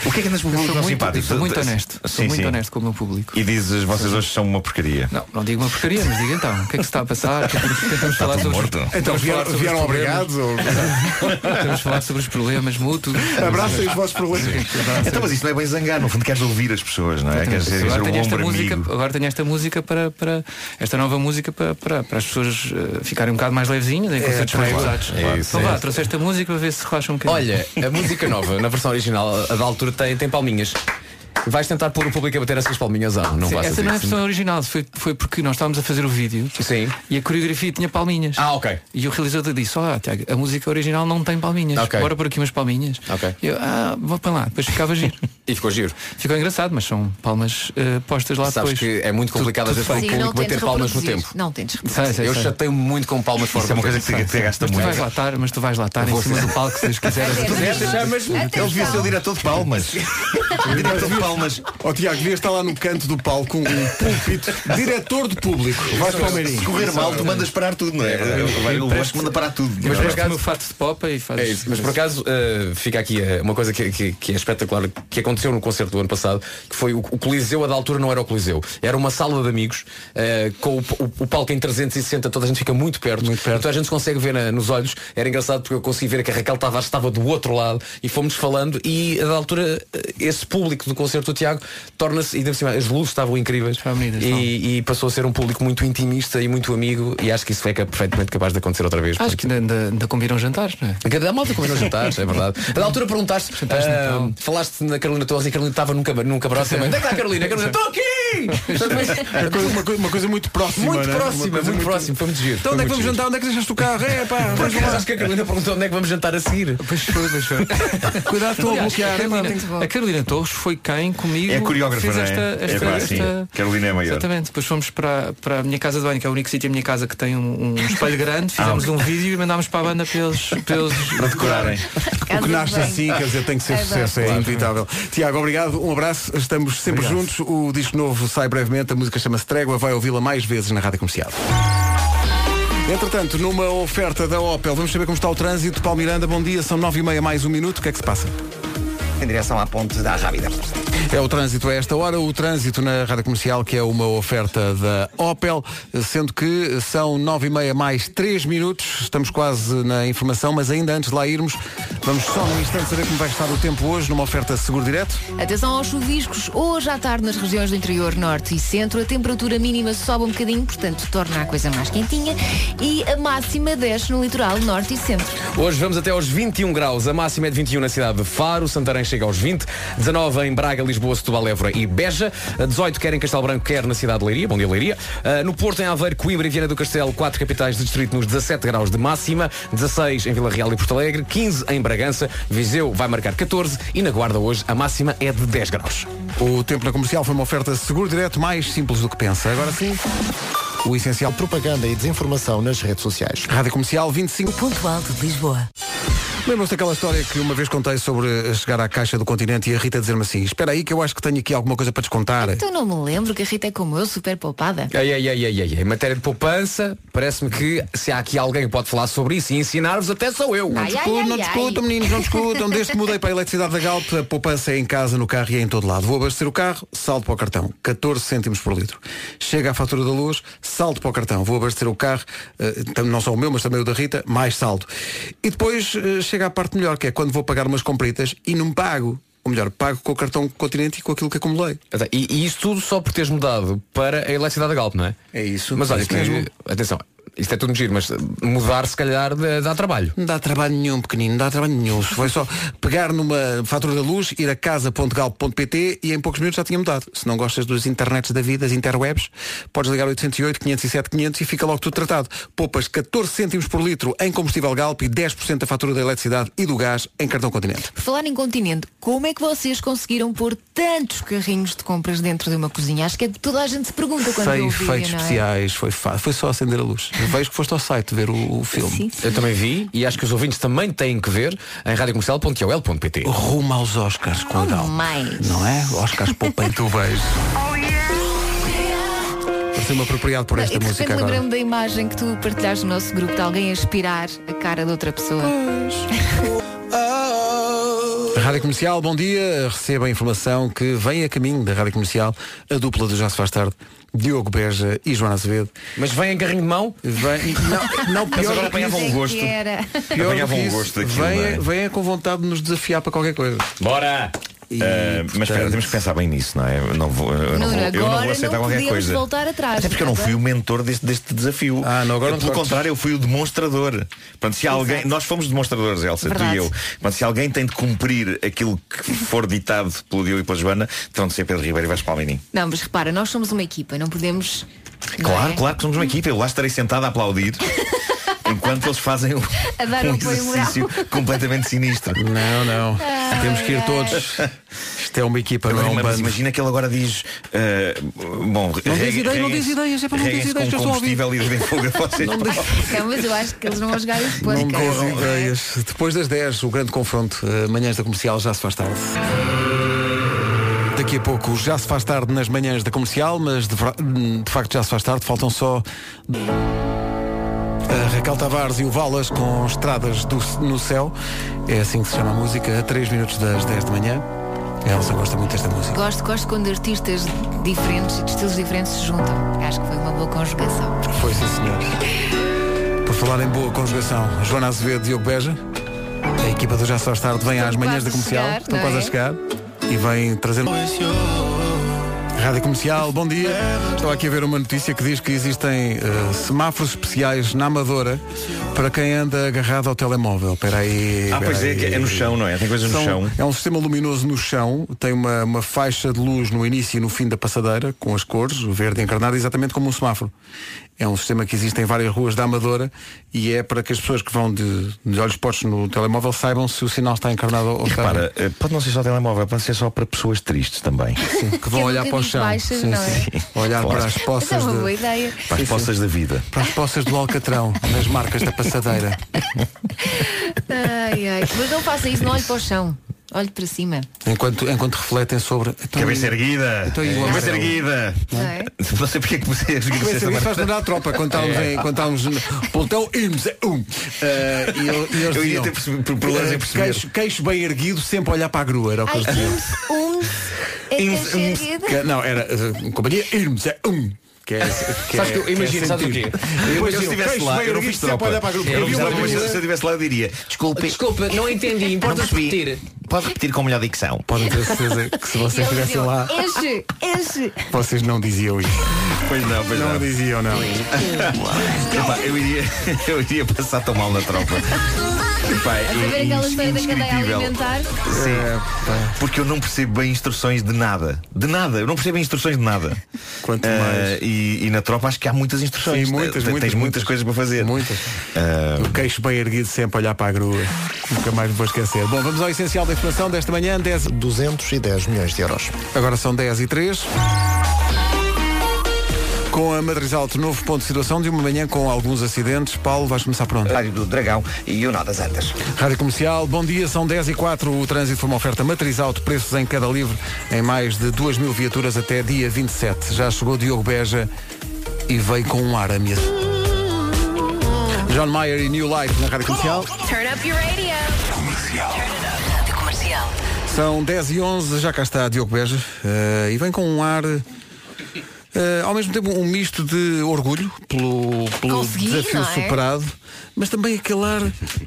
O que é que andas por
Eu sou
público não
muito-
simpático?
Sou muito honesto. Sou
Sim,
muito
sim.
honesto com o meu público.
E dizes, vocês hoje são uma porcaria.
Não, não digo uma porcaria, mas diga então. O que é que se está a passar? O que é que Tentamos falar sobre.
morto.
Então,
tentamos falar
vieram,
sobre os
vieram
problemas.
obrigados? Ou...
Temos de falar sobre os problemas mútuos.
Abracem os vossos problemas.
Então, mas isso não é bem zangar, no fundo queres ouvir as pessoas, não é? Queres ser
agora,
um
tenho esta
ombro
música,
amigo.
agora tenho esta música para, para esta nova música para, para, para as pessoas eh, ficarem um bocado mais levezinhas em concertos mais
claro,
pesados.
é isso,
então
é
vá,
isso.
trouxe esta música para ver se relaxa um bocadinho.
Olha, a música nova, na versão original, a da altura tem, tem palminhas. Vais tentar pôr o público a bater essas palminhas ah, não
Sim,
faças
essa não é a
isso.
versão original, foi, foi porque nós estávamos a fazer o vídeo
Sim.
e a coreografia tinha palminhas.
Ah, ok.
E o realizador disse, ó Tiago, a música original não tem palminhas.
Ok.
Bora por aqui umas palminhas.
Ok.
E eu, ah, vou para lá, depois ficava giro.
E ficou giro.
Ficou engraçado, mas são palmas eh, postas
Ah,
lá
Sabes
depois.
que é muito complicado às
Tudo-
vezes para o
tudo
Sim, não
público
tentes
bater palmas no
reproduzir.
tempo.
Não tentes
Sei, sei,
Eu
sei.
chatei me muito com palmas fora
Isso é uma
do
coisa
tempo.
que te, te gasta
Mas tu vais
muito.
lá estar, mas tu vais lá estar em cima do palco se Deus quiser.
Se quiseres, chamas-me.
Ele devia ser o
Atenção.
diretor de palmas. diretor de palmas.
Ó Tiago, devias estar lá no canto do palco, um púlpito, diretor de público. Vais
é
para o Meirinho.
Se correr mal, tu mandas parar tudo, não é? Eu acho que manda parar tudo. é?
Mas
por
veste o
acaso-
meu fato de popa e fazes.
É isso, mas por acaso eh, fica aqui eh, uma coisa que, que- que é espetacular que aconteceu no concerto do ano passado, que foi o, o Coliseu, a da altura não era o Coliseu, era uma sala de amigos eh, com o, o- o palco em 360, toda a gente fica muito perto, muito perto. toda a gente se consegue ver na- nos olhos, era engraçado porque eu consegui ver que a Raquel Tavares estava do outro lado e fomos falando e a da altura eh, esse público do concerto do Tiago torna-se, e ainda por cima, as luzes estavam incríveis
bonitas,
e,
são.
e passou a ser um público muito intimista e muito amigo e acho que isso é ca- perfeitamente capaz de acontecer outra vez.
Acho que ainda, ainda, ainda combinam jantares, não é?
Cada malta combinou jantares, é verdade. A da altura perguntaste, ah, falaste na Carolina Torres e a Carolina estava num, cama- num camarote também. Onde é que está a Carolina? A Carolina, estou aqui!
É coisa- uma, coisa, uma coisa muito próxima.
Muito
não é? Uma
próxima,
coisa
muito próximo, foi muito giro.
Então onde é que vamos jantar? Onde é que deixaste o carro? É pá, vamos
Mas
lá.
acho que a Carolina perguntou onde é que vamos jantar a seguir.
Pois foi, pois foi.
Cuidado, estou a
Aliás,
bloquear. é
a, Carolina, a Carolina Torres foi quem comigo
É a coreógrafa,
fez
não é?
esta,
É
esta,
pá, sim.
esta...
Carolina é a maior.
Exatamente, depois fomos para, para a minha casa de banho, que é o único sítio da minha casa que tem um, um espelho grande, fizemos um vídeo e mandámos para a banda pelos. pelos...
Para decorarem.
O que nasce assim, quer dizer, tem que ser
É
sucesso, é inevitável. Tiago, obrigado, um abraço, estamos sempre juntos. O disco novo sai brevemente, a música chama-se Trégua, vai ouvi-la mais vezes na Rádio Comercial. Entretanto, numa oferta da Opel, vamos saber como está o trânsito. Paulo Miranda, bom dia, são nove e meia mais um minuto, o que é que se passa?
Em direção à ponte da Rábida.
É o trânsito a esta hora, o trânsito na Rádio Comercial, que é uma oferta da Opel, sendo que são nove e meia mais três minutos, estamos quase na informação, mas ainda antes de lá irmos, vamos só num instante saber como vai estar o tempo hoje, numa oferta Seguro Direto.
Atenção aos chuviscos. Hoje à tarde nas regiões do interior norte e centro a temperatura mínima sobe um bocadinho, portanto torna a coisa mais quentinha e a máxima desce no litoral norte e centro.
Hoje vamos até aos 21 graus. A máxima é de 21 na cidade de Faro. Santarém chega aos 20. 19 em Braga, Lisboa, Setúbal, Évora e Beja. 18 quer em Castelo Branco, quer na cidade de Leiria. Bom dia, Leiria. Ah, no Porto, em Aveiro, Coimbra e Viana do Castelo, quatro capitais de distrito nos 17 graus de máxima. 16 em Vila Real e Porto Alegre. 15 em Bragança. Viseu vai marcar 14. E na Guarda hoje a máxima é de 10 graus.
O tempo na comercial foi uma oferta Seguro Direto mais simples do que pensa. Agora sim. O essencial.
Propaganda e desinformação nas redes sociais.
Rádio Comercial 25. O
ponto alto de Lisboa.
Lembram-se daquela história que uma vez contei sobre chegar à Caixa do Continente e a Rita dizer-me assim, espera aí que eu acho que tenho aqui alguma coisa para descontar.
Então não me lembro que a Rita é como eu, super poupada.
Ai, ai, ai, ai, ai. Em matéria de poupança, parece-me que se há aqui alguém que pode falar sobre isso e ensinar-vos, até sou eu.
Não discutam, não discutam, meninos, não discutam. Desde que mudei para a eletricidade da Galp, a poupança é em casa, no carro e é em todo lado. Vou abastecer o carro, saldo para o cartão, 14 cêntimos por litro. Chega a fatura da luz, saldo para o cartão. Vou abastecer o carro, eh, tam- não só o meu, mas também o da Rita, mais saldo. E depois eh, chega à parte melhor, que é quando vou pagar umas compritas e não pago. Ou melhor, pago com o cartão continente e com aquilo que acumulei.
E, e isto tudo só por teres mudado para a eletricidade da Galp, não é?
É isso.
Mas
é
olha,
isso
que-
mesmo.
atenção, isto é tudo giro, mas mudar se calhar dá, dá trabalho.
Não dá trabalho nenhum, pequenino, não dá trabalho nenhum. Se Foi só pegar numa fatura da luz, ir a casa.gal.pt e em poucos minutos já tinha mudado. Se não gostas dos internets da vida, das interwebs, podes ligar 808 507 500 e fica logo tudo tratado. Poupas 14 cêntimos por litro em combustível Galp e 10% da fatura da eletricidade e do gás em cartão continente.
Por falar em continente, como é que vocês conseguiram pôr tantos carrinhos de compras dentro de uma cozinha? Acho que é que toda a gente se pergunta quando vê
Sem
o vídeo,
efeitos
não é?
especiais, foi fácil. Foi só acender a luz. Vejo que foste ao site ver o, o filme.
Eu também vi e acho que os ouvintes também têm que ver em radiocomercial.ol.pt
Rumo aos Oscars com a Gal.
Mais.
Não é? Oscars poupem tu vejo. Pareceu-me um apropriado por
Não,
esta
e de
música
repente
agora.
lembrei-me da imagem que tu partilhaste no nosso grupo de alguém a aspirar a cara de outra pessoa.
Hum.
Rádio Comercial, bom dia. Receba a informação que vem a caminho da Rádio Comercial, a dupla do Já Se Faz Tarde, Diogo Beja e Joana Azevedo.
Mas vem em carrinho de mão?
Vem, não, não
Mas
pior
agora
do que
apanhavam
isso.
um gosto.
Que era.
Pior
Apanhavam
do que
um
isso,
gosto daquilo, não
Venha,
é?
venha com vontade de nos desafiar para qualquer coisa.
Bora! Ah, mas espera, temos que pensar bem nisso, não é? Eu não vou, eu não
Nuno,
vou, eu não
agora
vou aceitar
não
qualquer
podemos
coisa.
voltar atrás,
Até porque eu não
nada.
fui o mentor deste, deste desafio. Ah, não,
agora não
Pelo
podes.
contrário, eu fui o demonstrador. Portanto, se alguém. Nós fomos demonstradores, Elsa,
Verdade.
tu e eu. Portanto, se alguém tem de cumprir aquilo que for ditado pelo Diogo e pela Joana, terão de ser Pedro Ribeiro e Vasco Palmeirinho.
Não, mas repara, nós somos uma equipa, não podemos.
Claro,
é?
claro que somos uma equipa. Eu lá estarei sentado a aplaudir enquanto eles fazem um,
A dar
um
um apoio moral.
exercício completamente sinistro.
Não, não.
Ai,
Temos que ir
Ah, ai.
todos. Isto é uma equipa, não é
Agora,
um
mas
bando.
imagina que ele agora diz eh, Bom,
Não diz ideias, não diz ideias, é para não dizer
reguem-se
ideias,
com
eu estou a ouvir.
combustível e deem fogo a vocês
Não diz-
Não, mas eu acho que eles não vão jogar isso depois.
Não
cara.
com ideias. Depois das 10, o grande confronto. Eh, Manhãs da Comercial já se faz tarde. Daqui a pouco já se faz tarde nas manhãs da comercial, mas de, fra- de facto já se faz tarde, faltam só. A Raquel Tavares e o Valas com Estradas do- no Céu. É assim que se chama a música, a 3 minutos das 10 da manhã. A Elsa gosta muito desta música.
Gosto, gosto quando artistas diferentes e de estilos diferentes se juntam. Acho que foi uma boa conjugação.
Foi sim, senhor. Por falar em boa conjugação, Joana Azevedo e Diogo Beja, a equipa do Já Só Tarde vem às manhãs da
quase a
comercial,
chegar,
estão
não
quase
é?
a chegar e vem trazer. Rádio Comercial, bom dia. Estou aqui a ver uma notícia que diz que existem eh, semáforos especiais na Amadora para quem anda agarrado ao telemóvel. Espera aí.
Ah,
espera
pois é,
aí.
que é no chão, não é? Tem coisas no
São-
chão.
É um sistema luminoso no chão, tem uma, uma faixa de luz no início e no fim da passadeira, com as cores, o verde encarnado, exatamente como um semáforo. É um sistema que existe em várias ruas da Amadora e é para que as pessoas que vão de, de olhos postos no telemóvel saibam se o sinal está encarnado ou está.
Repara, eh, pode não ser só telemóvel, pode ser só para pessoas tristes também.
que vão
é um
olhar para o
bocadinho
chão.
baixas, não é?
Olhar
Claro.
para as
Mas é
poças
uma
de-
boa ideia.
Para as poças da vida.
para as poças do Alcatrão, nas marcas da passadeira.
Ai, ai. Mas não faça isso, não olhe para o chão. Olhe para cima.
Enquanto, enquanto refletem sobre. então,
Cabeça
e-
erguida!
Então, e o
Cabeça
amarelo?
erguida!
Não é?
Não sei porque é que você
Cabeça erguida faz lembrar a tropa quando estávamos, em,
É.
quando estávamos no pelotão IMS um. Eh, e eu, e eles
Eu ia
diziam,
ter perce- problemas em
eh,
perceber.
Queixo, queixo bem erguido, sempre a olhar para a grua, era o que
Ai,
eles diziam.
uns, uns,
um.
Irmes, que- não, era eh, companhia Irmes é um. Que é, que
Sabes
é-
que eu
que é
imagino, sabes o
sentido.
quê?
Eu,
Depois
imagino,
se eu estivesse
queixo
lá,
bem
eu não
erguido,
fiz
sempre a olhar
tropa.
para a grua.
Eu não
vi
fiz
uma
tropa, mas
coisa-
se eu estivesse lá eu diria, desculpe,
Desculpa, não entendi.
não
Importas
percebi.
repetir.
Pode repetir com melhor dicção.
Podem ter certeza que se vocês estivessem
um-
lá,
Enche, enche.
vocês não diziam isso.
Pois não, pois
Não
não.
diziam, não.
Epá, eu, iria, eu iria passar tão mal na tropa. Epá,
A saber aquela história da cadeia
indescritível.
alimentar.
Sim. Porque eu não percebo bem instruções de nada. De nada. Eu não percebo bem instruções de nada.
Quanto
Eh,
mais.
e, e na tropa acho que há muitas instruções.
Sim, muitas,
Tens
muitas,
muitas, coisas para fazer.
Muitas.
Eh,
O queixo bem erguido, sempre a olhar para a grua. Nunca mais me vou esquecer. Bom, vamos ao essencial da informação desta manhã. 10...
210 milhões de euros.
Agora são 10 e 3. Com a Madriz Alto, novo ponto de situação de uma manhã com alguns acidentes. Paulo, vais começar por onde?
Rádio do Dragão e o Nó das Antas.
Rádio Comercial, bom dia, são 10 e 4 O trânsito foi uma oferta matriz alto, preços em cada livre, em mais de 2 mil viaturas até dia 27. Já chegou Diogo Beja e veio com um ar ameaçado. John Mayer e New Life na Rádio Comercial.
Turn up your radio. Comercial. Comercial.
São 10 e 11 já cá está Diogo Beja eh, e vem com um ar. eh, ao mesmo tempo um misto de orgulho pelo, pelo
Consegui,
desafio
não é?
superado, mas também aquele ar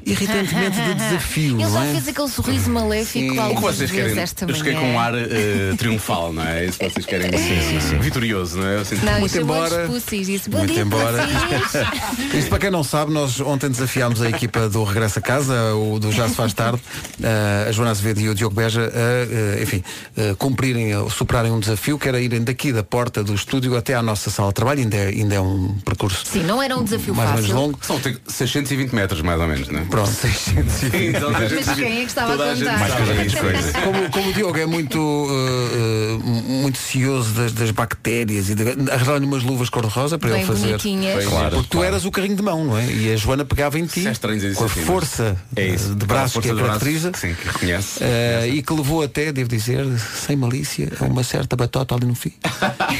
irritantemente de desafio.
Ele
não
já
é?
fez aquele sorriso maléfico
O que
algumas
vocês
vezes
querem?
esta
Eu
manhã.
fiquei com um ar eh, triunfal, não é? Isso que vocês querem dizer. Vitorioso, não é? Eu sinto-
Não, isso embora... Pussies, disse, "Bom
Muito
dia,
embora.
pussies."
Isto para quem não sabe, nós ontem desafiámos a equipa do Regresso a Casa, o do Já se faz tarde, eh, a Joana Azevedo e o Diogo Beja, a, eh, enfim, eh, cumprirem, eh, superarem um desafio, que era irem daqui da porta do estúdio até à nossa sala de trabalho, ainda é, ainda é um percurso.
Sim, não era um desafio
Mais ou menos
fácil.
longo.
São tipo 620 metros, mais ou menos, não é?
Pronto.
620
Mas quem é que estava
Toda
a
gente
contar?
sabe estas coisas.
Como, como o Diogo é muito eh, eh, muito cioso das, das bactérias e de, arranjaram-lhe umas luvas cor-de-rosa para
Bem
ele fazer.
bonitinhas. Pois,
Claro,
claro.
porque tu eras o carrinho de mão, não é? E a Joana pegava em ti com a
assim, mas-
força
É isso.
eh, de
Com a
braço
força
que a
de braço,
caracteriza.
Sim, que reconhece.
eh, e que levou até, devo dizer, sem malícia, a uma certa batota ali no fim.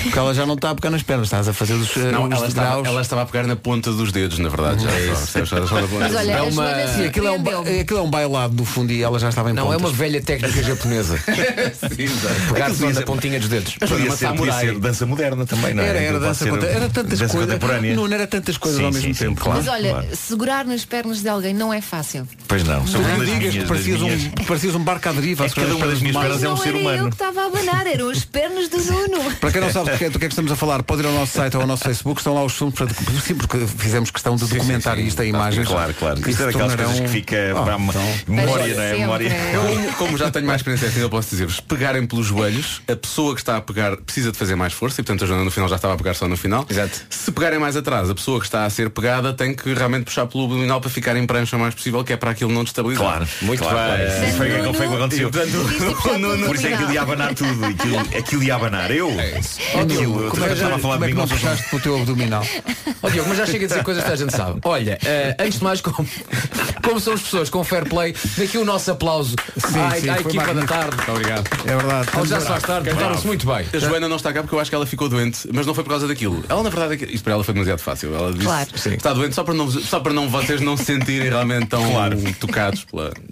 Porque ela já não está a pegar nas pernas, estás a fazer os, eh,
Não,
os
ela
graus.
estava, ela estava a pegar na ponta dos dedos, na verdade. Já,
É
só,
isso.
só- só- só na ponta.
Mas olha,
É
a
uma-
Joana
Sim, aquilo é, um ba- aquilo é um bailado do fundo e ela já estava em
Não, é
pontas.
uma velha técnica japonesa.
É
Pegar só na pontinha dos dedos.
Mas podia ser, podia ser dança moderna também, não é?
Era, era
Aquilo
dança,
pode ser
conte- era tantas
dança
coisas.
contemporânea.
Não era tantas coisas
Sim,
ao
sim,
mesmo
sim,
tempo.
claro.
Mas olha,
claro.
segurar nas pernas de alguém não é fácil.
Pois não,
Tu
são
não
das
digas
minhas,
que
das
parecias
minhas.
um, parecias um barco à deriva.
É que cada uma das minhas pernas é um
Não
ser
era eu
humano.
que estava a abanar, eram as pernas do Nuno.
Para quem não sabe do que, é, do que é que estamos a falar, pode ir ao nosso site ou ao nosso Facebook, estão lá os filmes, para, sim, porque fizemos questão de documentar isto em imagens.
Claro, claro.
que
Isto é
se
daquelas
tornarão-
coisas que fica
Ah,
para a
então.
memória, não é?
Sempre.
Memória.
Como, como já tenho mais experiência assim, eu posso dizer-vos, pegarem pelos joelhos, a pessoa que está a pegar precisa de fazer mais força e portanto a Joana no final já estava a pegar só no final. Exato. Se pegarem mais atrás, a pessoa que está a ser pegada tem que realmente puxar pelo abdominal para ficar em prancha o mais possível, que é para aquilo não destabilizar.
Claro, muito claro. claro. Isso Foi, o que- foi o que aconteceu. Por isso é que aquilo ia abanar tudo. Aquilo, aquilo ia abanar. Eu? Aquilo. Eu
Como é, que-
estava a
como
falar
é
de
que
mim
não
como se fosse um-
puxaste para o teu abdominal?
Ó Diogo, mas já chega a dizer coisas que a gente sabe. Olha, eh, antes de mais, como, como somos pessoas com fair play, daqui o nosso aplauso à,
sim,
à
foi
equipa da
magnífico.
tarde.
Muito obrigado.
É verdade.
Ao já se faz tarde, portaram-se muito bem.
A Joana não está cá porque eu acho que ela ficou doente, mas não foi por causa daquilo. Ela na verdade, é que- isso para ela foi demasiado fácil. Ela disse
Claro.
que está doente só para, não, só para não vocês não se sentirem realmente tão tocados pela.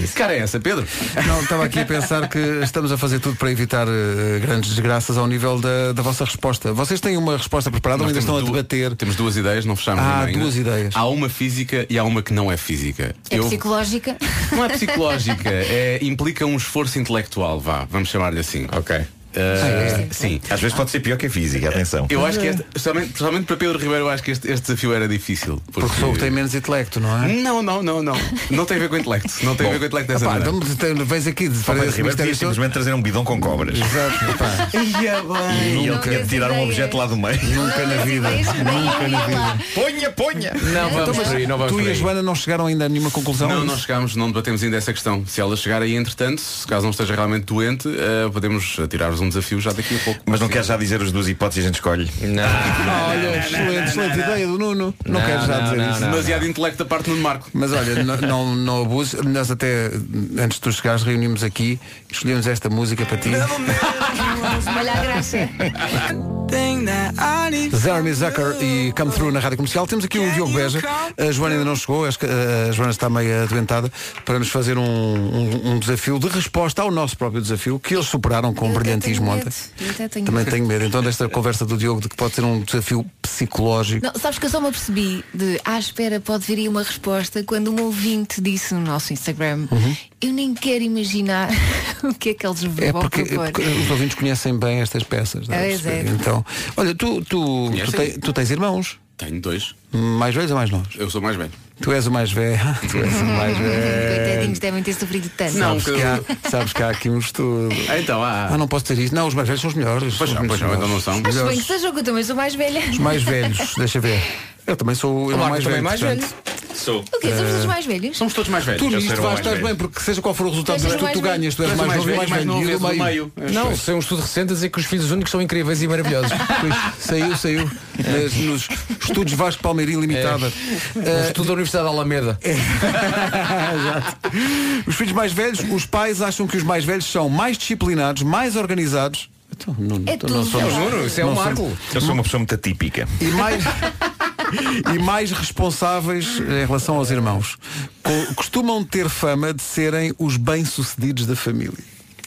Que cara é essa, Pedro?
Não, estava aqui a pensar que estamos a fazer tudo para evitar eh, grandes desgraças ao nível da, da vossa resposta. Vocês têm uma resposta preparada ou
Nós
ainda estão a
temos du-
debater?
Temos duas ideias, não fechamos
Ah,
nenhuma ainda.
duas ideias.
Há uma física e há uma que não é física.
É
Eu-
psicológica.
Não é psicológica, é, implica um esforço intelectual, vá, vamos chamar-lhe assim. Ok. Sim.
Às vezes pode ser pior que a física, atenção.
Eu acho que
é.
este, especialmente, especialmente para Pedro Ribeiro, eu acho que este, este desafio era difícil. Porque,
Porque sou o que tem menos intelecto, não é?
Não, não, não, não. Não tem a ver com o intelecto. Não tem a ver com o intelecto dessa
Epá,
maneira.
então tem- vens aqui de
Para
fazer
Ribeiro devia simplesmente trazer um bidão com cobras.
Exato, pá.
E ele
Não
tinha
tens
de tirar um
ideias.
objeto lá do meio.
Nunca na vida. Nunca na vida.
Ponha, ponha!
Não vamos
Então, mas
por aí, não vamos
tu
por
e a
aí.
Joana não chegaram ainda a nenhuma conclusão?
Não, não chegámos, não debatemos ainda essa questão. Se ela chegar aí, entretanto, se caso não esteja realmente doente, eh, podemos tirar-vos um desafio já daqui a pouco.
Mas não queres já dizer as duas hipóteses e a gente escolhe?
Ah, olha, excelente, excelente ideia do Nuno. Não,
Não,
quero já
não,
dizer
não,
isso.
não.
Demasiado intelecto da parte do Marco.
Mas olha, n- não, não abuse. Nós até, antes de tu chegares, reunimos aqui, escolhemos esta música para ti.
Olha a graça.
Zerny Zucker e Come Through na Rádio Comercial. Temos aqui o Diogo Beja. A Joana ainda não chegou, acho que, eh, a Joana está meio adoentada para nos fazer um, um- um desafio de resposta ao nosso próprio desafio, que eles superaram com
Eu até
brilhantismo
tenho
ontem.
medo. um Eu até tenho
Também
medo.
tenho medo. Então desta conversa do Diogo de que pode ser um desafio psicológico.
Não, sabes que eu só me apercebi de à espera pode vir aí uma resposta quando um ouvinte disse no nosso Instagram eu nem quero imaginar o que é que eles vão
Uhum. É porque,
propor.
é porque os ouvintos conhecem bem estas peças. não é?
Pois é.
Então, olha, tu, tu, tu,
Conhecem?
te- tu tens irmãos?
Tenho dois.
Mais velhos ou mais novos?
Eu sou mais velho.
Tu és o mais velho. tu és o mais velho.
Coitadinhos devem ter sofrido tanto.
Não,
Sabes que, há, sabes que há aqui um estudo.
Ah, então, ah,
Ah, não posso ter isso. Não, os mais velhos são os melhores.
Pois não,
são os
pois não,
melhores.
então não são.
Os
Acho bem que
melhores,
seja eu que eu também sou mais é- velha.
os mais velhos, deixa ver. Eu também sou eu
Marco
mais
também
velho.
mais
portanto,
velho.
Sou.
O quê? Somos os mais velhos?
Eh, Somos todos mais
velhos.
Tu
Eu
nisto
sou o
vais,
mais
estás
velho.
bem, porque seja qual for o resultado
Tu és
do
o
estudo, tu
mais
ganhas. Tu és
Mas
mais
o
novo e mais velho. E o do meio.
Não, saiu um estudo recente a dizer que os filhos únicos são incríveis e maravilhosos.
Pois, saiu, saiu. Nas- nos estudos Vasco Palmeirim Limitada.
Um estudo da Universidade de Alameda.
É.
Exato. Os filhos mais velhos, os pais acham que os mais velhos são mais disciplinados, mais organizados. Então, não,
É
então
tudo.
não somos-
É o Nuno, isso é
não
um
somos-
marco.
Eu sou uma pessoa muito atípica.
E mais, e mais responsáveis em relação aos irmãos. Co- Costumam ter fama de serem os bem-sucedidos da família.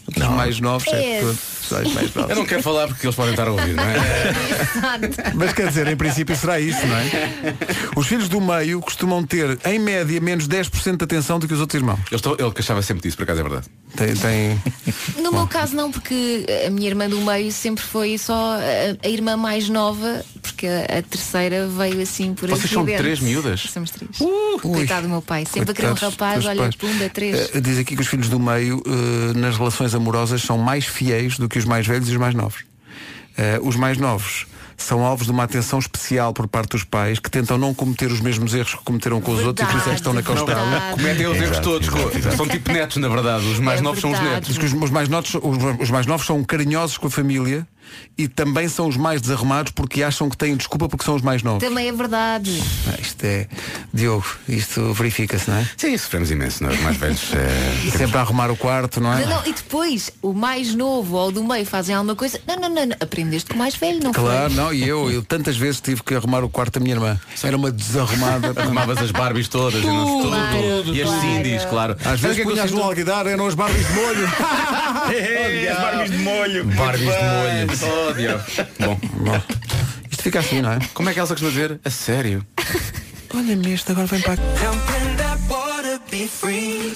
Os mais novos,
É.
certo? São os mais novos.
Eu não quero falar porque eles podem estar a ouvir, não é?
Mas quer dizer, em princípio será isso, não é? Os filhos do meio costumam ter, em média, menos 10% de atenção do que os outros irmãos.
Eu estou, ele queixava sempre disso, por acaso é verdade.
Tem, tem...
No meu caso não, porque a minha irmã do meio sempre foi só a, a irmã mais nova, porque a, a terceira veio assim por
Vocês são
acidente.
três miúdas?
Somos três. Coitado do meu pai. Sempre a querer um
Coitados
rapaz,
dos
olha,
pais.
pumba, três.
Eh, Diz aqui que os filhos do meio, eh, nas relações amorosas, são mais fiéis do que os mais velhos e os mais novos. Eh, os mais novos são alvos de uma atenção especial por parte dos pais que tentam não cometer os mesmos erros que cometeram com os outros e por isso é que estão na é
Não,
constante.
cometem os erros todos. co- São tipo netos, na verdade. Os
É
mais novos são os netos.
Diz que os, os mais novos, os- os mais novos são carinhosos com a família e também são os mais desarrumados porque acham que têm desculpa porque são os mais novos.
Também é verdade.
Ah, Isto é, Diogo, isto verifica-se, não é?
Sim, sofremos imenso, nós mais velhos. eh,
Sempre a arrumar o quarto, não é?
Não, não, e depois, o mais novo ou do meio fazem alguma coisa. Não, não, não, não. aprendeste com o mais velho, não
Claro,
foi?
não, e eu, eu tantas vezes tive que arrumar o quarto da minha irmã. Era uma desarrumada.
Arrumavas as Barbies todas e não
Tudo,
tudo, tudo. E as
claro.
Cindy's, claro.
Às
Sabe o
vezes
que é que eu
punhas
sinto?
no alguidar, eram as Barbies de molho.
as Barbies de molho.
Barbies
É,
de molho. Oh, diabo. Bom.
Isto fica assim, não é?
Como é que Elsa costuma dizer? A sério?
Olha-me este, agora vem para aqui.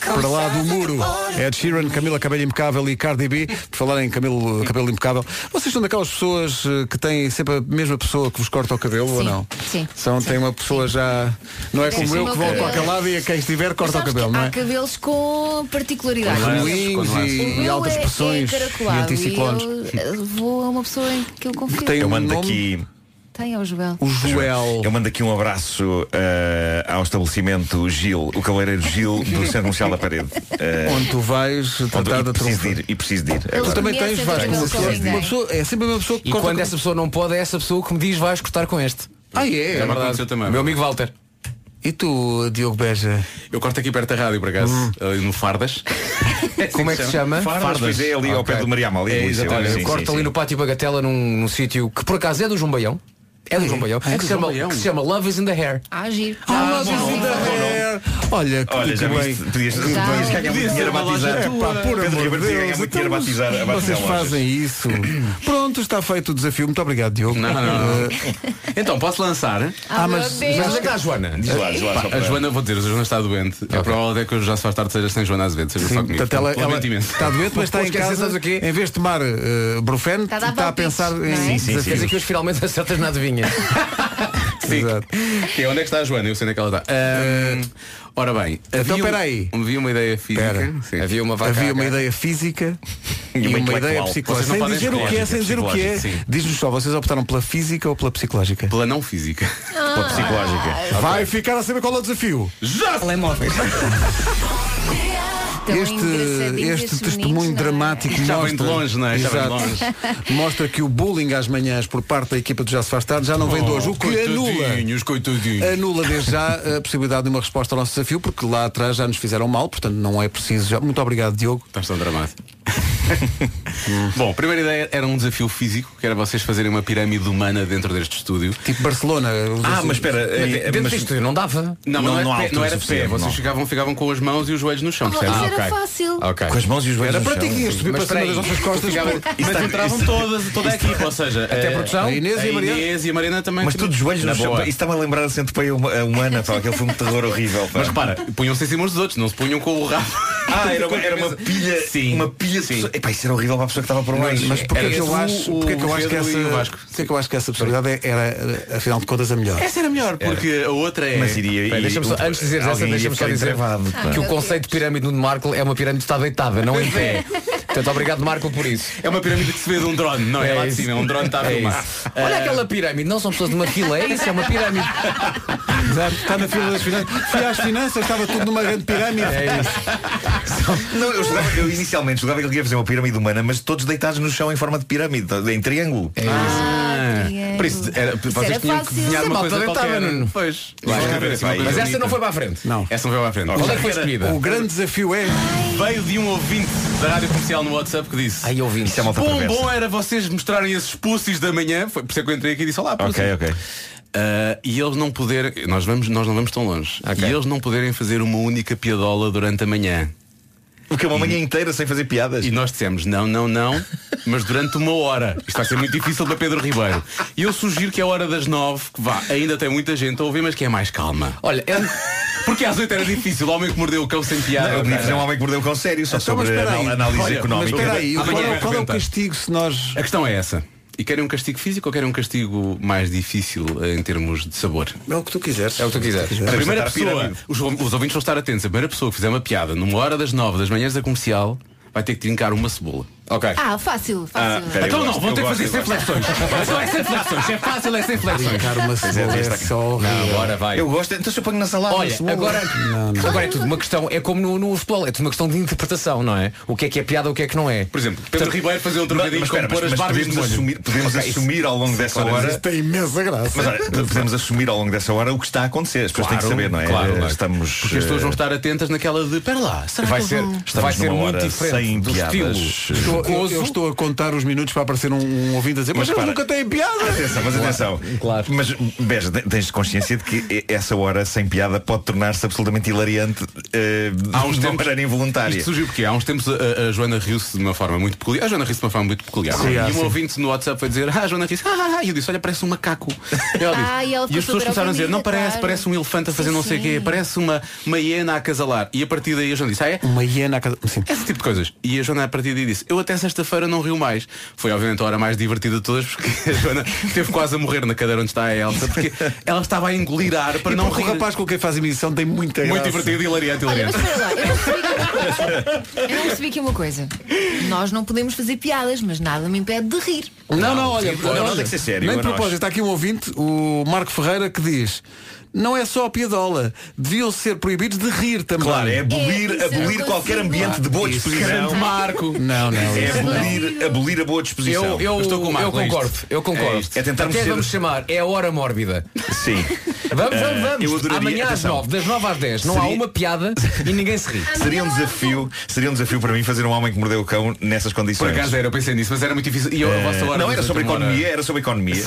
Para lá do muro, Ed Sheeran, Camila Cabelo Impecável e Cardi B, por falar em Camilo, Cabelo Impecável, vocês são daquelas pessoas eh, que têm sempre a mesma pessoa que vos corta o cabelo ou
Sim,
não?
sim.
São, tem uma pessoa já. Não é
Sim,
como
sim,
eu
meu
que vão a
cabelo.
qualquer lado e a quem estiver corta o
Sabes
cabelo,
que
não
Há
é?
cabelos com particularidades.
Com
O
wings
meu
e
é-
altas pressões
É encaracolado
e anticiclones.
e eu, eh, vou a uma pessoa em que eu confio.
Tem
Eu
um
mando
nome?
aqui.
Tem, é o Joel.
O
É
Joel.
Eu mando aqui um abraço eh, ao estabelecimento Gil, o cavaleiro Gil do Centro Comercial da Parede. Eh,
Onde tu vais tratar
e
da
preciso de ir, e preciso de ir. É
Tu
É
agora.
também tens,
sempre
Vasco,
a
uma
mesma
pessoa-
pessoa,
uma pessoa, é sempre a mesma pessoa que
E
corta
quando
o
essa pessoa não pode, é essa pessoa que me diz vais cortar com este.
Ah, é?
É verdade.
aconteceu também.
Meu amigo Walter.
E tu, Diogo Beja?
Eu corto aqui perto da rádio, por acaso. Ali Hum. no Fardas.
Como é que se chama?
Fardas, pois é, ali ao pé do Maria Amália,
É,
Luís,
exatamente.
olha,
Eu
sim,
corto
sim,
ali
sim.
no Pátio Bagatela num, num sítio que por acaso é do João Baião. É do João Baião.
É
que,
do
se
João
chama,
Baião.
que se chama Love is in the Hair.
Ah, giro.
Ah,
já
mas
vi.
ainda é. Olha, que
Olha,
que
já
bem.
viste, podias, podias
Já.
ganhar muito dinheiro a batizar.
É pá, por
Pedro
amor de
Ribeiro podia
Deus,
ganhar muito dinheiro a
então
batizar, a batizar
Vocês
lojas.
fazem isso. Pronto, está feito o desafio. Muito obrigado, Diogo.
Não, não, não.
Eh,
Então, posso lançar?
Ah,
Ah,
meu
mas-
Deus.
Mas onde é que está a Joana?
Diz lá, diz lá,
Pá,
só
a
para-
Joana, vou dizer, a Joana está doente. É provável é que eu já só tarde seja sem Joana Azevedo, seja só
Sim,
comigo.
portanto, ela, ela
Lamento imenso.
está doente, mas está em
Esquece,
casa.
sabes o quê?
Em vez de tomar eh, Brufen,
Está a dar
está a
palpites,
pensar
não é?
em
Sim,
Quer dizer
desafios.
que hoje finalmente acertas na adivinha.
Sim.
Exato.
Que é, onde é que está a Joana? Eu sei onde é que ela está. Ahm, ora bem,
Então,
havia um-
espera aí.
Havia uma ideia física.
Espera.
Sim.
Havia uma vaca.
Havia uma
ideia.
ideia física
E
e
uma
uma ideia
intelectual.
psicológica.
Vocês não
Sem
podem
dizer o que é,
psicológica,
sem dizer o que é.
psicológica, sim.
Diz-nos só, vocês optaram pela física ou pela psicológica?
Pela não física.
Ah.
Pela psicológica.
Vai ficar a saber qual é o desafio.
Já!
Telemóveis.
Tão
este
engraçadinhos
este
estes
testemunho
meninos, não é?
dramático
Isto já vem
mostra-
de longe, não é? Já vem de longe.
Exato. mostra que o bullying às manhãs por parte da equipa do Já Se Faz Tarde já não vem de hoje, o Oh, que anula
Coitadinhos, coitadinhos.
anula desde já a possibilidade de uma resposta ao nosso desafio, porque lá atrás já nos fizeram mal, portanto não é preciso. já- Muito obrigado, Diogo.
Estás tão Tá dramático. Bom, a primeira ideia era um desafio físico, que era vocês fazerem uma pirâmide humana dentro deste estúdio.
Tipo Barcelona. os
Ah,
assim-
mas espera, eh,
Dentro
mas-
disto eu não dava.
Não,
era
não há
de pé,
altura
não era de pé.
suficiente,
Vocês
não.
Ficavam, ficavam com as mãos e os joelhos no chão.
Ah,
percebes?
isso
Ah,
era
ok.
fácil.
Ok.
Com as mãos e os joelhos
Era
no chão.
pratiquinho subir
Mas
para
espera
cima das
aí.
nossas costas.
Ficavam-
Isso
Mas
tá-
entravam
isso-
todas, toda a equipa, ou seja,
Até
eh,
a produção.
A Inês e a Mariana.
Inês e a Mariana também.
Mas
tinham-
tudo de joelhos
Na
no chão.
boa.
pá, Isso estava a lembrar a centopeia huma- a humana, pá, aquele filme de terror horrível. pá.
Mas para, punham-se em cima uns dos outros, não se punham com o rabo.
Ah, era uma, era uma
Sim.
pilha,
Sim.
uma pilha de
Sim.
pessoas. Epá, isso era horrível para a pessoa que estava por
Mas,
baixo.
mas porque
Era
é que eu
esse o-
acho,
o
porque é que eu acho que
Pedro
essa,
e o Vasco.
porque é que eu acho que essa possibilidade é- era, afinal de contas, a melhor.
Essa era melhor, porque a outra é.
Mas iria.
Espera,
e-
deixa-me só-
o-
antes de dizeres essa,
alguém
deixa-me
ia
só
ficar
dizer
encravado, pá.
que o conceito de pirâmide do Nuno Marco é uma pirâmide que está deitada, não em pé. Portanto, obrigado, Marco, por isso.
É uma pirâmide que se vê de um drone, não é, lá de
isso.
cima, é um drone que está a
É
filmar.
isso. Olha aquela pirâmide, não são pessoas de uma fila, é isso, é uma pirâmide.
Está na fila das finanças. Fui às finanças, estava tudo numa grande pirâmide.
É isso.
Não, eu, jogava, eu inicialmente jogava que ele ia fazer uma pirâmide humana, mas todos deitados no chão em forma de pirâmide, em triângulo. É
Por
eh,
isso, era, vocês
era
tinham que
fácil.
desenhar
Ah, Sim,
uma
malta
coisa
deitava,
qualquer.
Nuno.
Pois.
Vai,
Vamos
vai,
ver, assim,
vai.
uma coisa
Mas essa não
bonita.
foi para a frente.
Não. Essa não foi para a frente.
Qual é que foi a
Era-
escolhida?
O grande
desafio é.
Veio de um ouvinte da rádio comercial no WhatsApp que disse.
Aí ouvinte.
é
Bom, bom era vocês mostrarem esses pussies da manhã. Foi por isso é que eu entrei aqui e disse olá, pussies."
ok.
Ah, e eles não poderem, nós, vamos, nós não vamos tão longe. E eles não poderem fazer uma única piadola durante a manhã.
Porque uma manhã inteira sem fazer piadas.
E nós dissemos não, não, não, mas durante uma hora. Isto vai ser muito difícil para Pedro Ribeiro. E eu sugiro que a hora das nove, que vá, ainda tem muita gente a ouvir, mas que é mais calma.
Olha, um-
porque às oito era difícil, o homem que mordeu o cão sem piada.
Não, eu podia
cara.
fazer um homem que mordeu o cão sério, só sobre anal- análise
Olha,
económica.
mas espera aí,
E qual, é,
Amanhã
qual é o
arrebenta.
castigo se nós.
A questão é essa. E querem um castigo físico ou querem um castigo mais difícil eh, em termos de sabor?
É o que tu quiseres.
É o que tu quiseres. A
Podemos
primeira
tentar
pessoa,
pirâmide.
os, os ouvintes vão estar atentos, a primeira pessoa que fizer uma piada numa hora das nove das manhãs da comercial vai ter que trincar uma cebola. Ok.
Ah, fácil, fácil.
então não, vão ter que fazer sem flexões. Só é sem flexões. É fácil, é sem flexões.
Trincar uma cebola é só
Não,
horrível.
bora, vai. Eu
gosto, então se eu ponho na salada.
Olha,
cebola.
agora,
Não, não.
agora é tudo uma questão, é como no, no futebol, é tudo uma questão de interpretação, não é? O que é que é piada, o que é que não é? Por
exemplo, Pedro Ribeiro fazer um trocadilho
mas
com
espera,
pôr
mas-
as
mas
barbas
podemos
no olho.
assumir- podemos
Ok, isso-
assumir ao longo dessa
claro,
hora-
isso
tem imensa graça.
Mas olha, podemos assumir ao longo dessa hora o que está a acontecer. As pessoas têm que
Claro,
saber, não é?
claro, claro.
Estamos.
Porque as pessoas
eh,
vão estar atentas naquela de, pera lá, será
Vai
que
ser-
eles vão...
estamos numa hora sem piadas.
Estou-
eh,
eu, eu estou a contar os minutos para aparecer um, um ouvinte a dizer, mas, eles
para.
nunca têm piada.
Atenção, mas atenção. Mas, Beja, te- tens consciência de que e- essa hora sem piada pode tornar-se absolutamente hilariante eh,
Há uns
de uma
tempos-
maneira involuntária.
Isto surgiu porque há uns tempos a, a Joana riu-se de uma forma muito peculiar. A Joana riu-se de uma forma muito peculiar.
Sim,
e
ah,
um
sim.
ouvinte no WhatsApp foi dizer, ah, a Joana riu-se, ah, ah, ah, e eu disse, olha, parece um macaco. E, ela disse-
Ah, e ela
e
ficou
as pessoas
super
começaram a dizer, não
ofendida,
parece,
claro."
parece um elefante a fazer
Sim,
não sei o quê,
sim.
parece uma, uma hiena a acasalar. E a partir daí a Joana disse, ah, é?
Uma hiena a casa. Sim.
Esse tipo de coisas. E a Joana a partir daí disse, eu até sexta-feira não rio mais. Foi obviamente a hora mais divertida de todas, porque a Joana teve quase a morrer na cadeira onde está a Elsa, porque ela estava a engolir ar para
E
não
porque
rir.
o rapaz com quem faz emissão tem muita graça.
Muito divertido e hilariante,
Olha,
hilariante.
mas espera lá, eu não percebi aqui uma coisa. Eu não percebi aqui uma coisa. Nós não podemos fazer piadas, mas nada me impede de rir.
Não, não, olha,
sim, pode.
olha,
Não, tem que ser sério,
Nem
é
de propósito,
nós.
está aqui um ouvinte, o Marco Ferreira, que diz. Não é só a piadola, deviam ser proibidos de rir também.
Claro, é abolir,
É, isso eu não
abolir qualquer
consigo.
ambiente de boa
Isso,
disposição.
grande Marco. Não, não,
É
isso não.
abolir, abolir a boa disposição.
Eu, eu,
é
eu concordo, eu concordo.
É, tentar Tá
Até vamos chamar, é a hora mórbida.
Sim.
Vamos,
Eh,
vamos, vamos.
eu adoraria-
Amanhã às
atenção.
9, das 9 às 10, não há
Seria-
uma piada e ninguém se ri.
Seria um desafio, seria um desafio para mim fazer um homem que mordeu o cão nessas
Por
condições.
acaso era, eu pensei nisso, mas era muito difícil. E eu, a
É.
Eh,
vossa hora
não,
de
era sobre
uma hora-
economia, era sobre economia.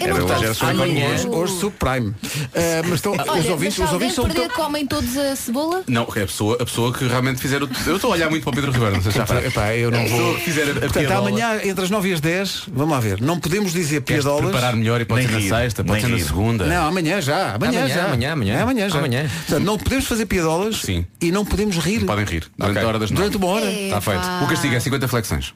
Eu não
Era hoje,
posso
era sobre
amanhã.
economia.
Hoje, hoje subprime. Eh, mas estão,
Olha,
os ouvintes,
mas
os ouvintes
alguém
são
perder, comem todos a cebola?
Não, é a pessoa, a pessoa que realmente fizer o... Eu estou a olhar muito para o Pedro Ribeiro, não sei se já
Epá, epá, eu não
a
vou.
pessoa que fizer a, a
Portanto,
piadola-
amanhã, entre as 9 e as 10, vamos lá ver. Não podemos dizer
Queres te
piadolas.
preparar melhor e pode
Nem
ser na
rir,
sexta, pode
nem
ser na
rir.
segunda.
Não, amanhã já. Amanhã,
Amanhã,
já.
amanhã, amanhã.
É amanhã já.
Amanhã.
Portanto, não podemos fazer piadolas e não podemos rir.
Podem rir. Durante a hora das nove.
Durante uma hora.
Está feito. O castigo é 50 flexões.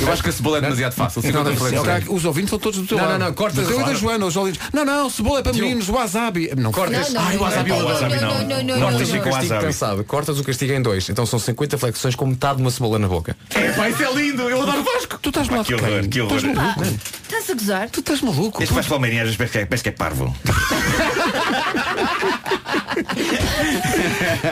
Eu acho que a cebola é demasiado
Então
fácil.
tá
50 flexões.
Os ouvintes são todos do teu
tá, Não,
lado.
não, não, corta-
Mas eu e da
claro.
Joana, os ouvintes. Não, não, cebola é para
Diogo.
meninos, wasabi. Não
Cortas.
Ai, wasabi, wasabi não.
Cortas o
não,
um
não.
castigo cansado. Cortas o castigo em dois. Então são 50 flexões com metade de uma cebola na boca.
É, pá, isso é lindo. Eu adoro Vasco.
Tu estás maluco.
Que horror, que horror.
Pá, estás a gozar?
Tu estás maluco.
Este faz palmeirinhas, às vezes parece que é- parece que é parvo.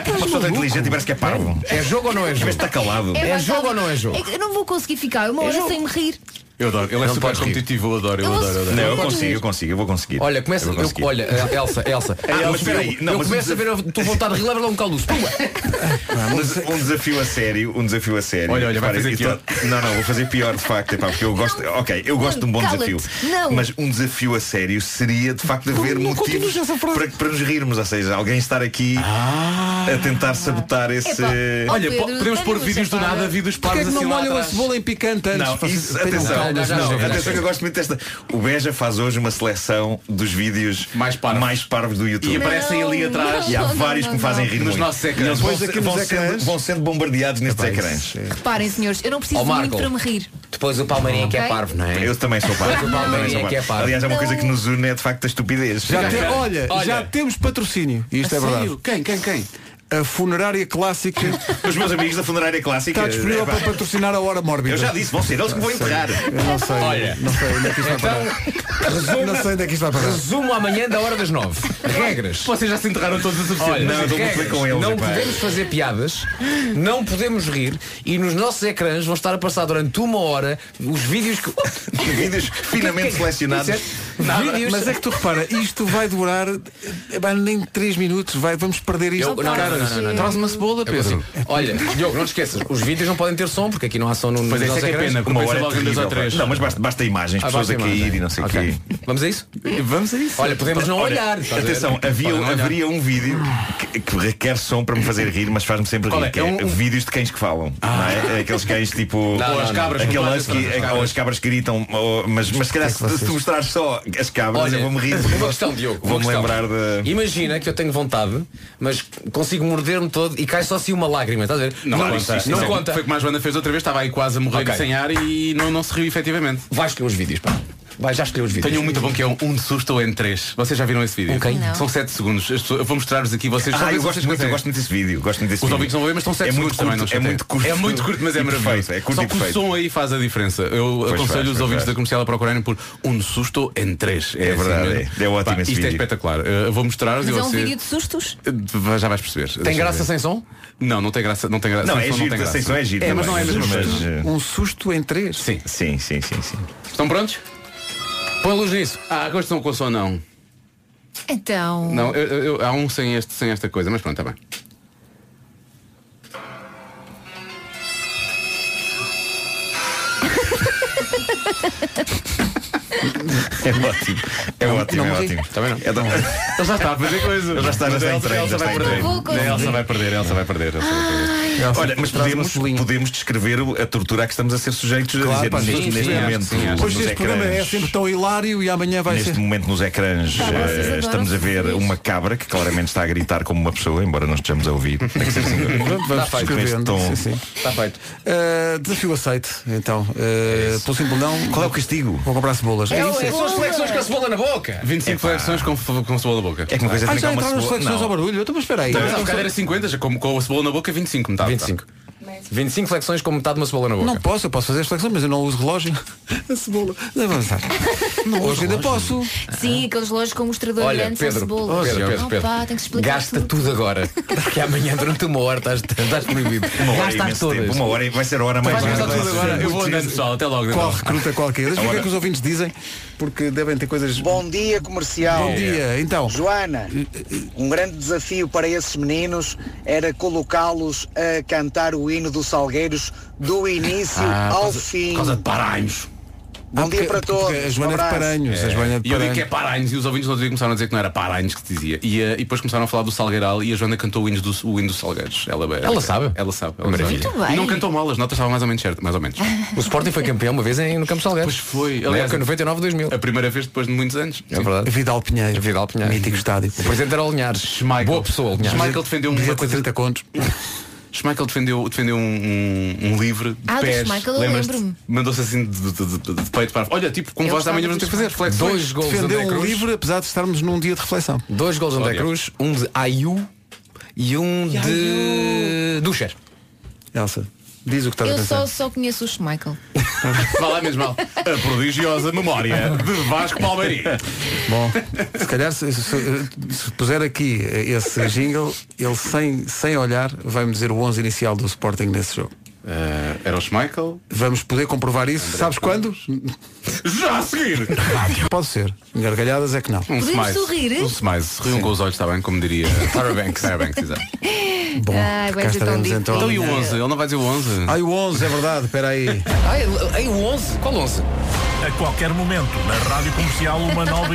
Uma pessoa tão inteligente e parece que é parvo.
É jogo ou não é jogo?
Está calado.
vai, calma. É que eu não vou conseguir ficar uma hora sem me rir.
Eu adoro. Ele é
Não
super
pode rir.
competitivo. Eu adoro, eu
Eu vou-
adoro. eu adoro.
Não, eu consigo, eu consigo, eu vou conseguir.
Olha, começa.
Eu vou
eu-
conseguir.
olha, eh, Elsa, Elsa.
Ah,
eu
mas espera aí, não,
eu
mas
começo
o
a ver, eu estou vontade de rir, leva lá um caldo.
Um, des- um desafio a sério, um desafio a sério.
Olha, olha, vai
Reparem,
fazer
eu tô- Não, não, vou fazer pior de facto, epá, porque eu gosto. Ok, eu gosto de um bom
Cala-te.
desafio.
Não.
Mas um desafio a sério seria de facto haver motivos para, para nos rirmos, ou seja, alguém estar aqui a tentar sabotar esse.
Olha, po- podemos pôr vídeos do nada, vídeos
Porquê é
parvos
que
assim
não
lá
molham a
atrás.
cebola em picante antes?
Não,
Faz-
isso,
tenham
atenção,
calma, já
não,
chega, já
atenção que eu
chega.
gosto muito desta. O Beja faz hoje uma seleção dos vídeos mais parvos, do YouTube.
E aparecem ali atrás.
E há
Não,
vários
não,
que me
não,
fazem
não.
rir.
Nos
muito.
nossos
E
ecrãs.
eles vão
Pois
ser-
aqui nos
vão, sendo,
ecrãs.
vão sendo bombardeados nestes ecrãs.
Reparem, senhores, eu não preciso
Ó,
de muito
Marco.
para me rir.
Depois o Palmeirinha
que é Ok.
parvo, não
Eu também sou
Mas
parvo.
o
Eu também
Palmeirinha
sou
é que é parvo.
Aliás, é uma
Não.
coisa que nos une é de facto a estupidez.
Já te- olha,
Olha.
já temos patrocínio. E Isto
A
é verdade.
sério? Quem, quem, quem?
a funerária clássica.
Os meus amigos da funerária clássica.
Está disponível
Epá.
para patrocinar a hora mórbida.
é, Eu já disse, vão ser eles que me vão
Não
enterrar.
sei. Eu não sei.
Olha.
Não sei onde é que isto vai parar.
resumo-
não sei onde é que isto vai parar.
Resumo amanhã da hora das nove. Regras.
Vocês já se enterraram todos o suficiente.
Olha,
Não,
não,
eu dou muito bem com eles,
é
não
epá.
podemos fazer piadas, não podemos rir e nos nossos ecrãs vão estar a passar durante uma hora os vídeos que. é
vídeos finamente selecionados.
Nada.
Vídeos.
Mas é que tu repara, isto vai demorar eh, vai nem 3 minutos, vai, vamos perder isto.
Eu- não, não,
Caras,
não, não, não, não.
Traz uma cebola,
Eu
Pedro.
consigo. Olha, Diogo, não te esqueças, os vídeos não podem ter som, porque aqui não há som no
Pois
nos
essa é
nossos
que é
ecrãs.
pena, como hora é terrível, pá. Não, mas basta, basta imagens,
Ah,
pessoas
basta
a cair
imagem.
e não sei o
Ok.
quê.
Vamos a isso?
Vamos a isso.
Olha, podemos não
Olha,
olhar. estás a ver?
Atenção, havia,
Podem não olhar.
haveria um vídeo que, que requer som para me fazer rir, mas faz-me sempre
Qual
rir.
é?
que é
É um- um-
vídeos de cães que falam. não é? Aqueles cães tipo.
Não, não, não.
aquele
Não,
husky,
não, não, não.
ou as cabras que gritam, ou- mas, mas se calhar se, se tu mostrares só as cabras,
Olha,
eu vou-me rir.
Uma questão, Diogo. uma
Vou-me
questão.
lembrar de.
Imagina que eu tenho vontade, mas consigo morder-me todo e cai só assim uma lágrima, estás a ver?
Não, conta.
isto- isto
Não
é-
conta. Foi como a Joana fez outra vez, estava aí quase a morrer
Ok.
sem ar e não, não se riu efetivamente.
Vai escolher os vídeos, pá. Vai já escolher os vídeos.
Tenho um muito bom que é um, um de susto ou em três. Vocês já viram esse vídeo?
Ok. Não.
São 7 segundos. As pessoas- Eu vou mostrar-vos aqui. Vocês
Ah,
sabem
eu
se
gosto
vocês
muito, eu
conseguem.
gosto muito desse vídeo. Gosto muito desse
Os
vídeo.
ouvintes não vêem, mas estão 7
é muito
segundos também. não
curto, É
chateiem.
muito curto.
É muito curto, mas é
E
maravilhoso.
perfeito, É curto
Só
e
que
perfeito.
o perfeito.
som aí faz a diferença. Eu
Pois
aconselho
faz,
os
pois
ouvintes
faz.
da comercial a procurarem por um susto em três.
É
assim
verdade,
mesmo.
é. É ótimo
Pá,
esse
Isto é
vídeo.
espetacular. Eu vou mostrar-vos
Mas
e
é um
vocês.
vídeo de sustos?
Já vais perceber.
Tem
Deixa
graça
eu ver.
sem som?
Não, não tem graça. Não, tem graça.
Não,
sem
é
som,
giro,
tem graça.
sem som é giro.
É, mas não
também.
é a mesma coisa.
eh,
Um susto em três? Sim.
Sim, sim, sim, sim.
Estão prontos? Põe luz nisso. Ah, agora estão com som não.
Então.
Não, eu- eu- eu- há um sem, este, sem esta coisa, mas pronto, está bem.
É ótimo. É ótimo, é ótimo.
Está bem não?
É tão bom.
Ele já está a fazer coisa.
Ele já está, já
Mas a Elsa-
está em
a
treino,
Elsa
já está
vai
em
treino.
treino.
Não vou conseguir.
A Elsa vai perder, a Elsa vai perder. a Elsa vai perder. Olha, mas
traz uma
podemos, podemos descrever a tortura a que estamos a ser sujeitos
Claro,
a dizer
pá,
neste,
sim,
neste
sim,
momento.
sim, sim. Hoje
nos
este programa é
ecrãs.
sempre tão hilário e amanhã vai
Neste
ser.
momento nos ecrãs
Tá,
eh,
vocês adoram
estamos a ver
fazer isso.
uma cabra que claramente está a gritar como uma pessoa, embora não estejamos a ouvir. Tem que ser assim,
Pronto,
com
vamos
este
descrevendo. Sim,
tom.
sim.
Está feito.
Uh, desafio aceito, então. Uh, pelo simples não.
Qual é o castigo?
Vou comprar cebolas.
É,
isso,
são as flexões com a cebola na boca.
25 flexões com, com cebola na boca.
É que uma coisa
Ah,
é
já
ficar uma
entraram as
cebola-
flexões
Não.
ao barulho? Eu estou espera aí.
Então, mas há bocado era 50, já com, com a cebola na boca, é 25 metade. tá?
25. 25 flexões com metade de uma cebola na boca.
Não posso, eu posso fazer as flexões, mas eu não uso relógio. A cebola. Não vamos avançar. Hoje ainda posso.
Sim, aqueles lojas com mostrador
Olha,
grande
Pedro,
são cebolas.
Pedro, Pedro,
Oh,
Pedro.
pá, tem que explicar
Gasta
tudo.
tudo agora. Que amanhã durante uma hora estás, estás proibido.
Uma hora,
Gasta as
imenso
todas.
tempo. uma hora vai ser a hora
Tu
mais
vais gastar
grande.
tudo agora.
Tá Eu vou andando, pessoal. Até logo.
Qual
Natal.
recruta qualquer? Deixa eu ver o que é que os ouvintes dizem, porque devem ter coisas.
Bom dia, comercial.
Bom dia, então.
Joana, um grande desafio para esses meninos era colocá-los a cantar o hino dos Salgueiros do início
Ah, por
ao
causa-
fim.
Por causa de Paranhos.
Não,
Bom dia
porque-
para
porque
todos. um
A Joana é de
abraço.
Paranhos. A Joana é de
E eu digo
Paranhos.
que é Paranhos e os ouvintes no outro dia começaram a dizer que não era Paranhos que se dizia. E, eh, e depois começaram a falar do Salgueiral e a Joana cantou o hino dos, o hino dos Salgueiros. Ela,
Ela sabe?
Ela sabe. ela
Maravilha.
sabe.
Muito bem.
E não cantou mal, as notas estavam mais ou menos certas, mais ou menos.
O Sporting foi campeão uma vez em- no Campos Salgueiro.
Pois foi.
Na
Aliás,
época 99-2000.
a primeira vez depois de muitos anos.
É verdade.
Vidal Pinheiro.
Vidal Pinheiro.
Mítico estádio.
O presidente era o é, Linhares.
Schmeichel.
Boa pessoa, o Linhares.
Schmeichel é defendeu um uma
Bilhete a
coisa
30 contos.
Schmeichel defendeu, defendeu um, um, um livro de
Ah, do
pés.
Schmeichel eu
Lembras-te?
lembro-me.
Mandou-se assim de, de- de- de peito para. Olha, tipo, com
Eu
voz da manhã
gostava
vamos ter
do
é que fazer.
Schmeichel.
Flexões.
Dois gols de
Defendeu
André
um
Cruz.
livro, apesar de estarmos num dia de reflexão.
Dois gols de André
Olha.
Cruz, um de Ayu e um de Ducher.
Elsa, diz o que estás a
Eu
pensar.
só, só conheço o Schmeichel.
Vá lá mesmo mal. A prodigiosa memória de Vasco Palmeirim.
Bom, se calhar se, se- se puser aqui eh, esse jingle, ele sem, sem olhar vai-me dizer o 11 inicial do Sporting nesse jogo.
Eh, era o Schmeichel.
Vamos poder comprovar isso, sabes quando?
Já a seguir!
Pode ser. Gargalhadas é que não.
Um
Podemos sorrir?
Um smile. Riam com os olhos, está bem, como diria Tara Banks. Tara Banks, exato.
Bom,
Ai, vai
cá
ser tão
estaremos
difícil.
então.
Então e o 11? Ele não vai dizer o 11?
Ai, o 11, é verdade, espera aí.
Ai, ei, o 11? Qual 11?
Tá
A qualquer momento, na Rádio Comercial, uma nova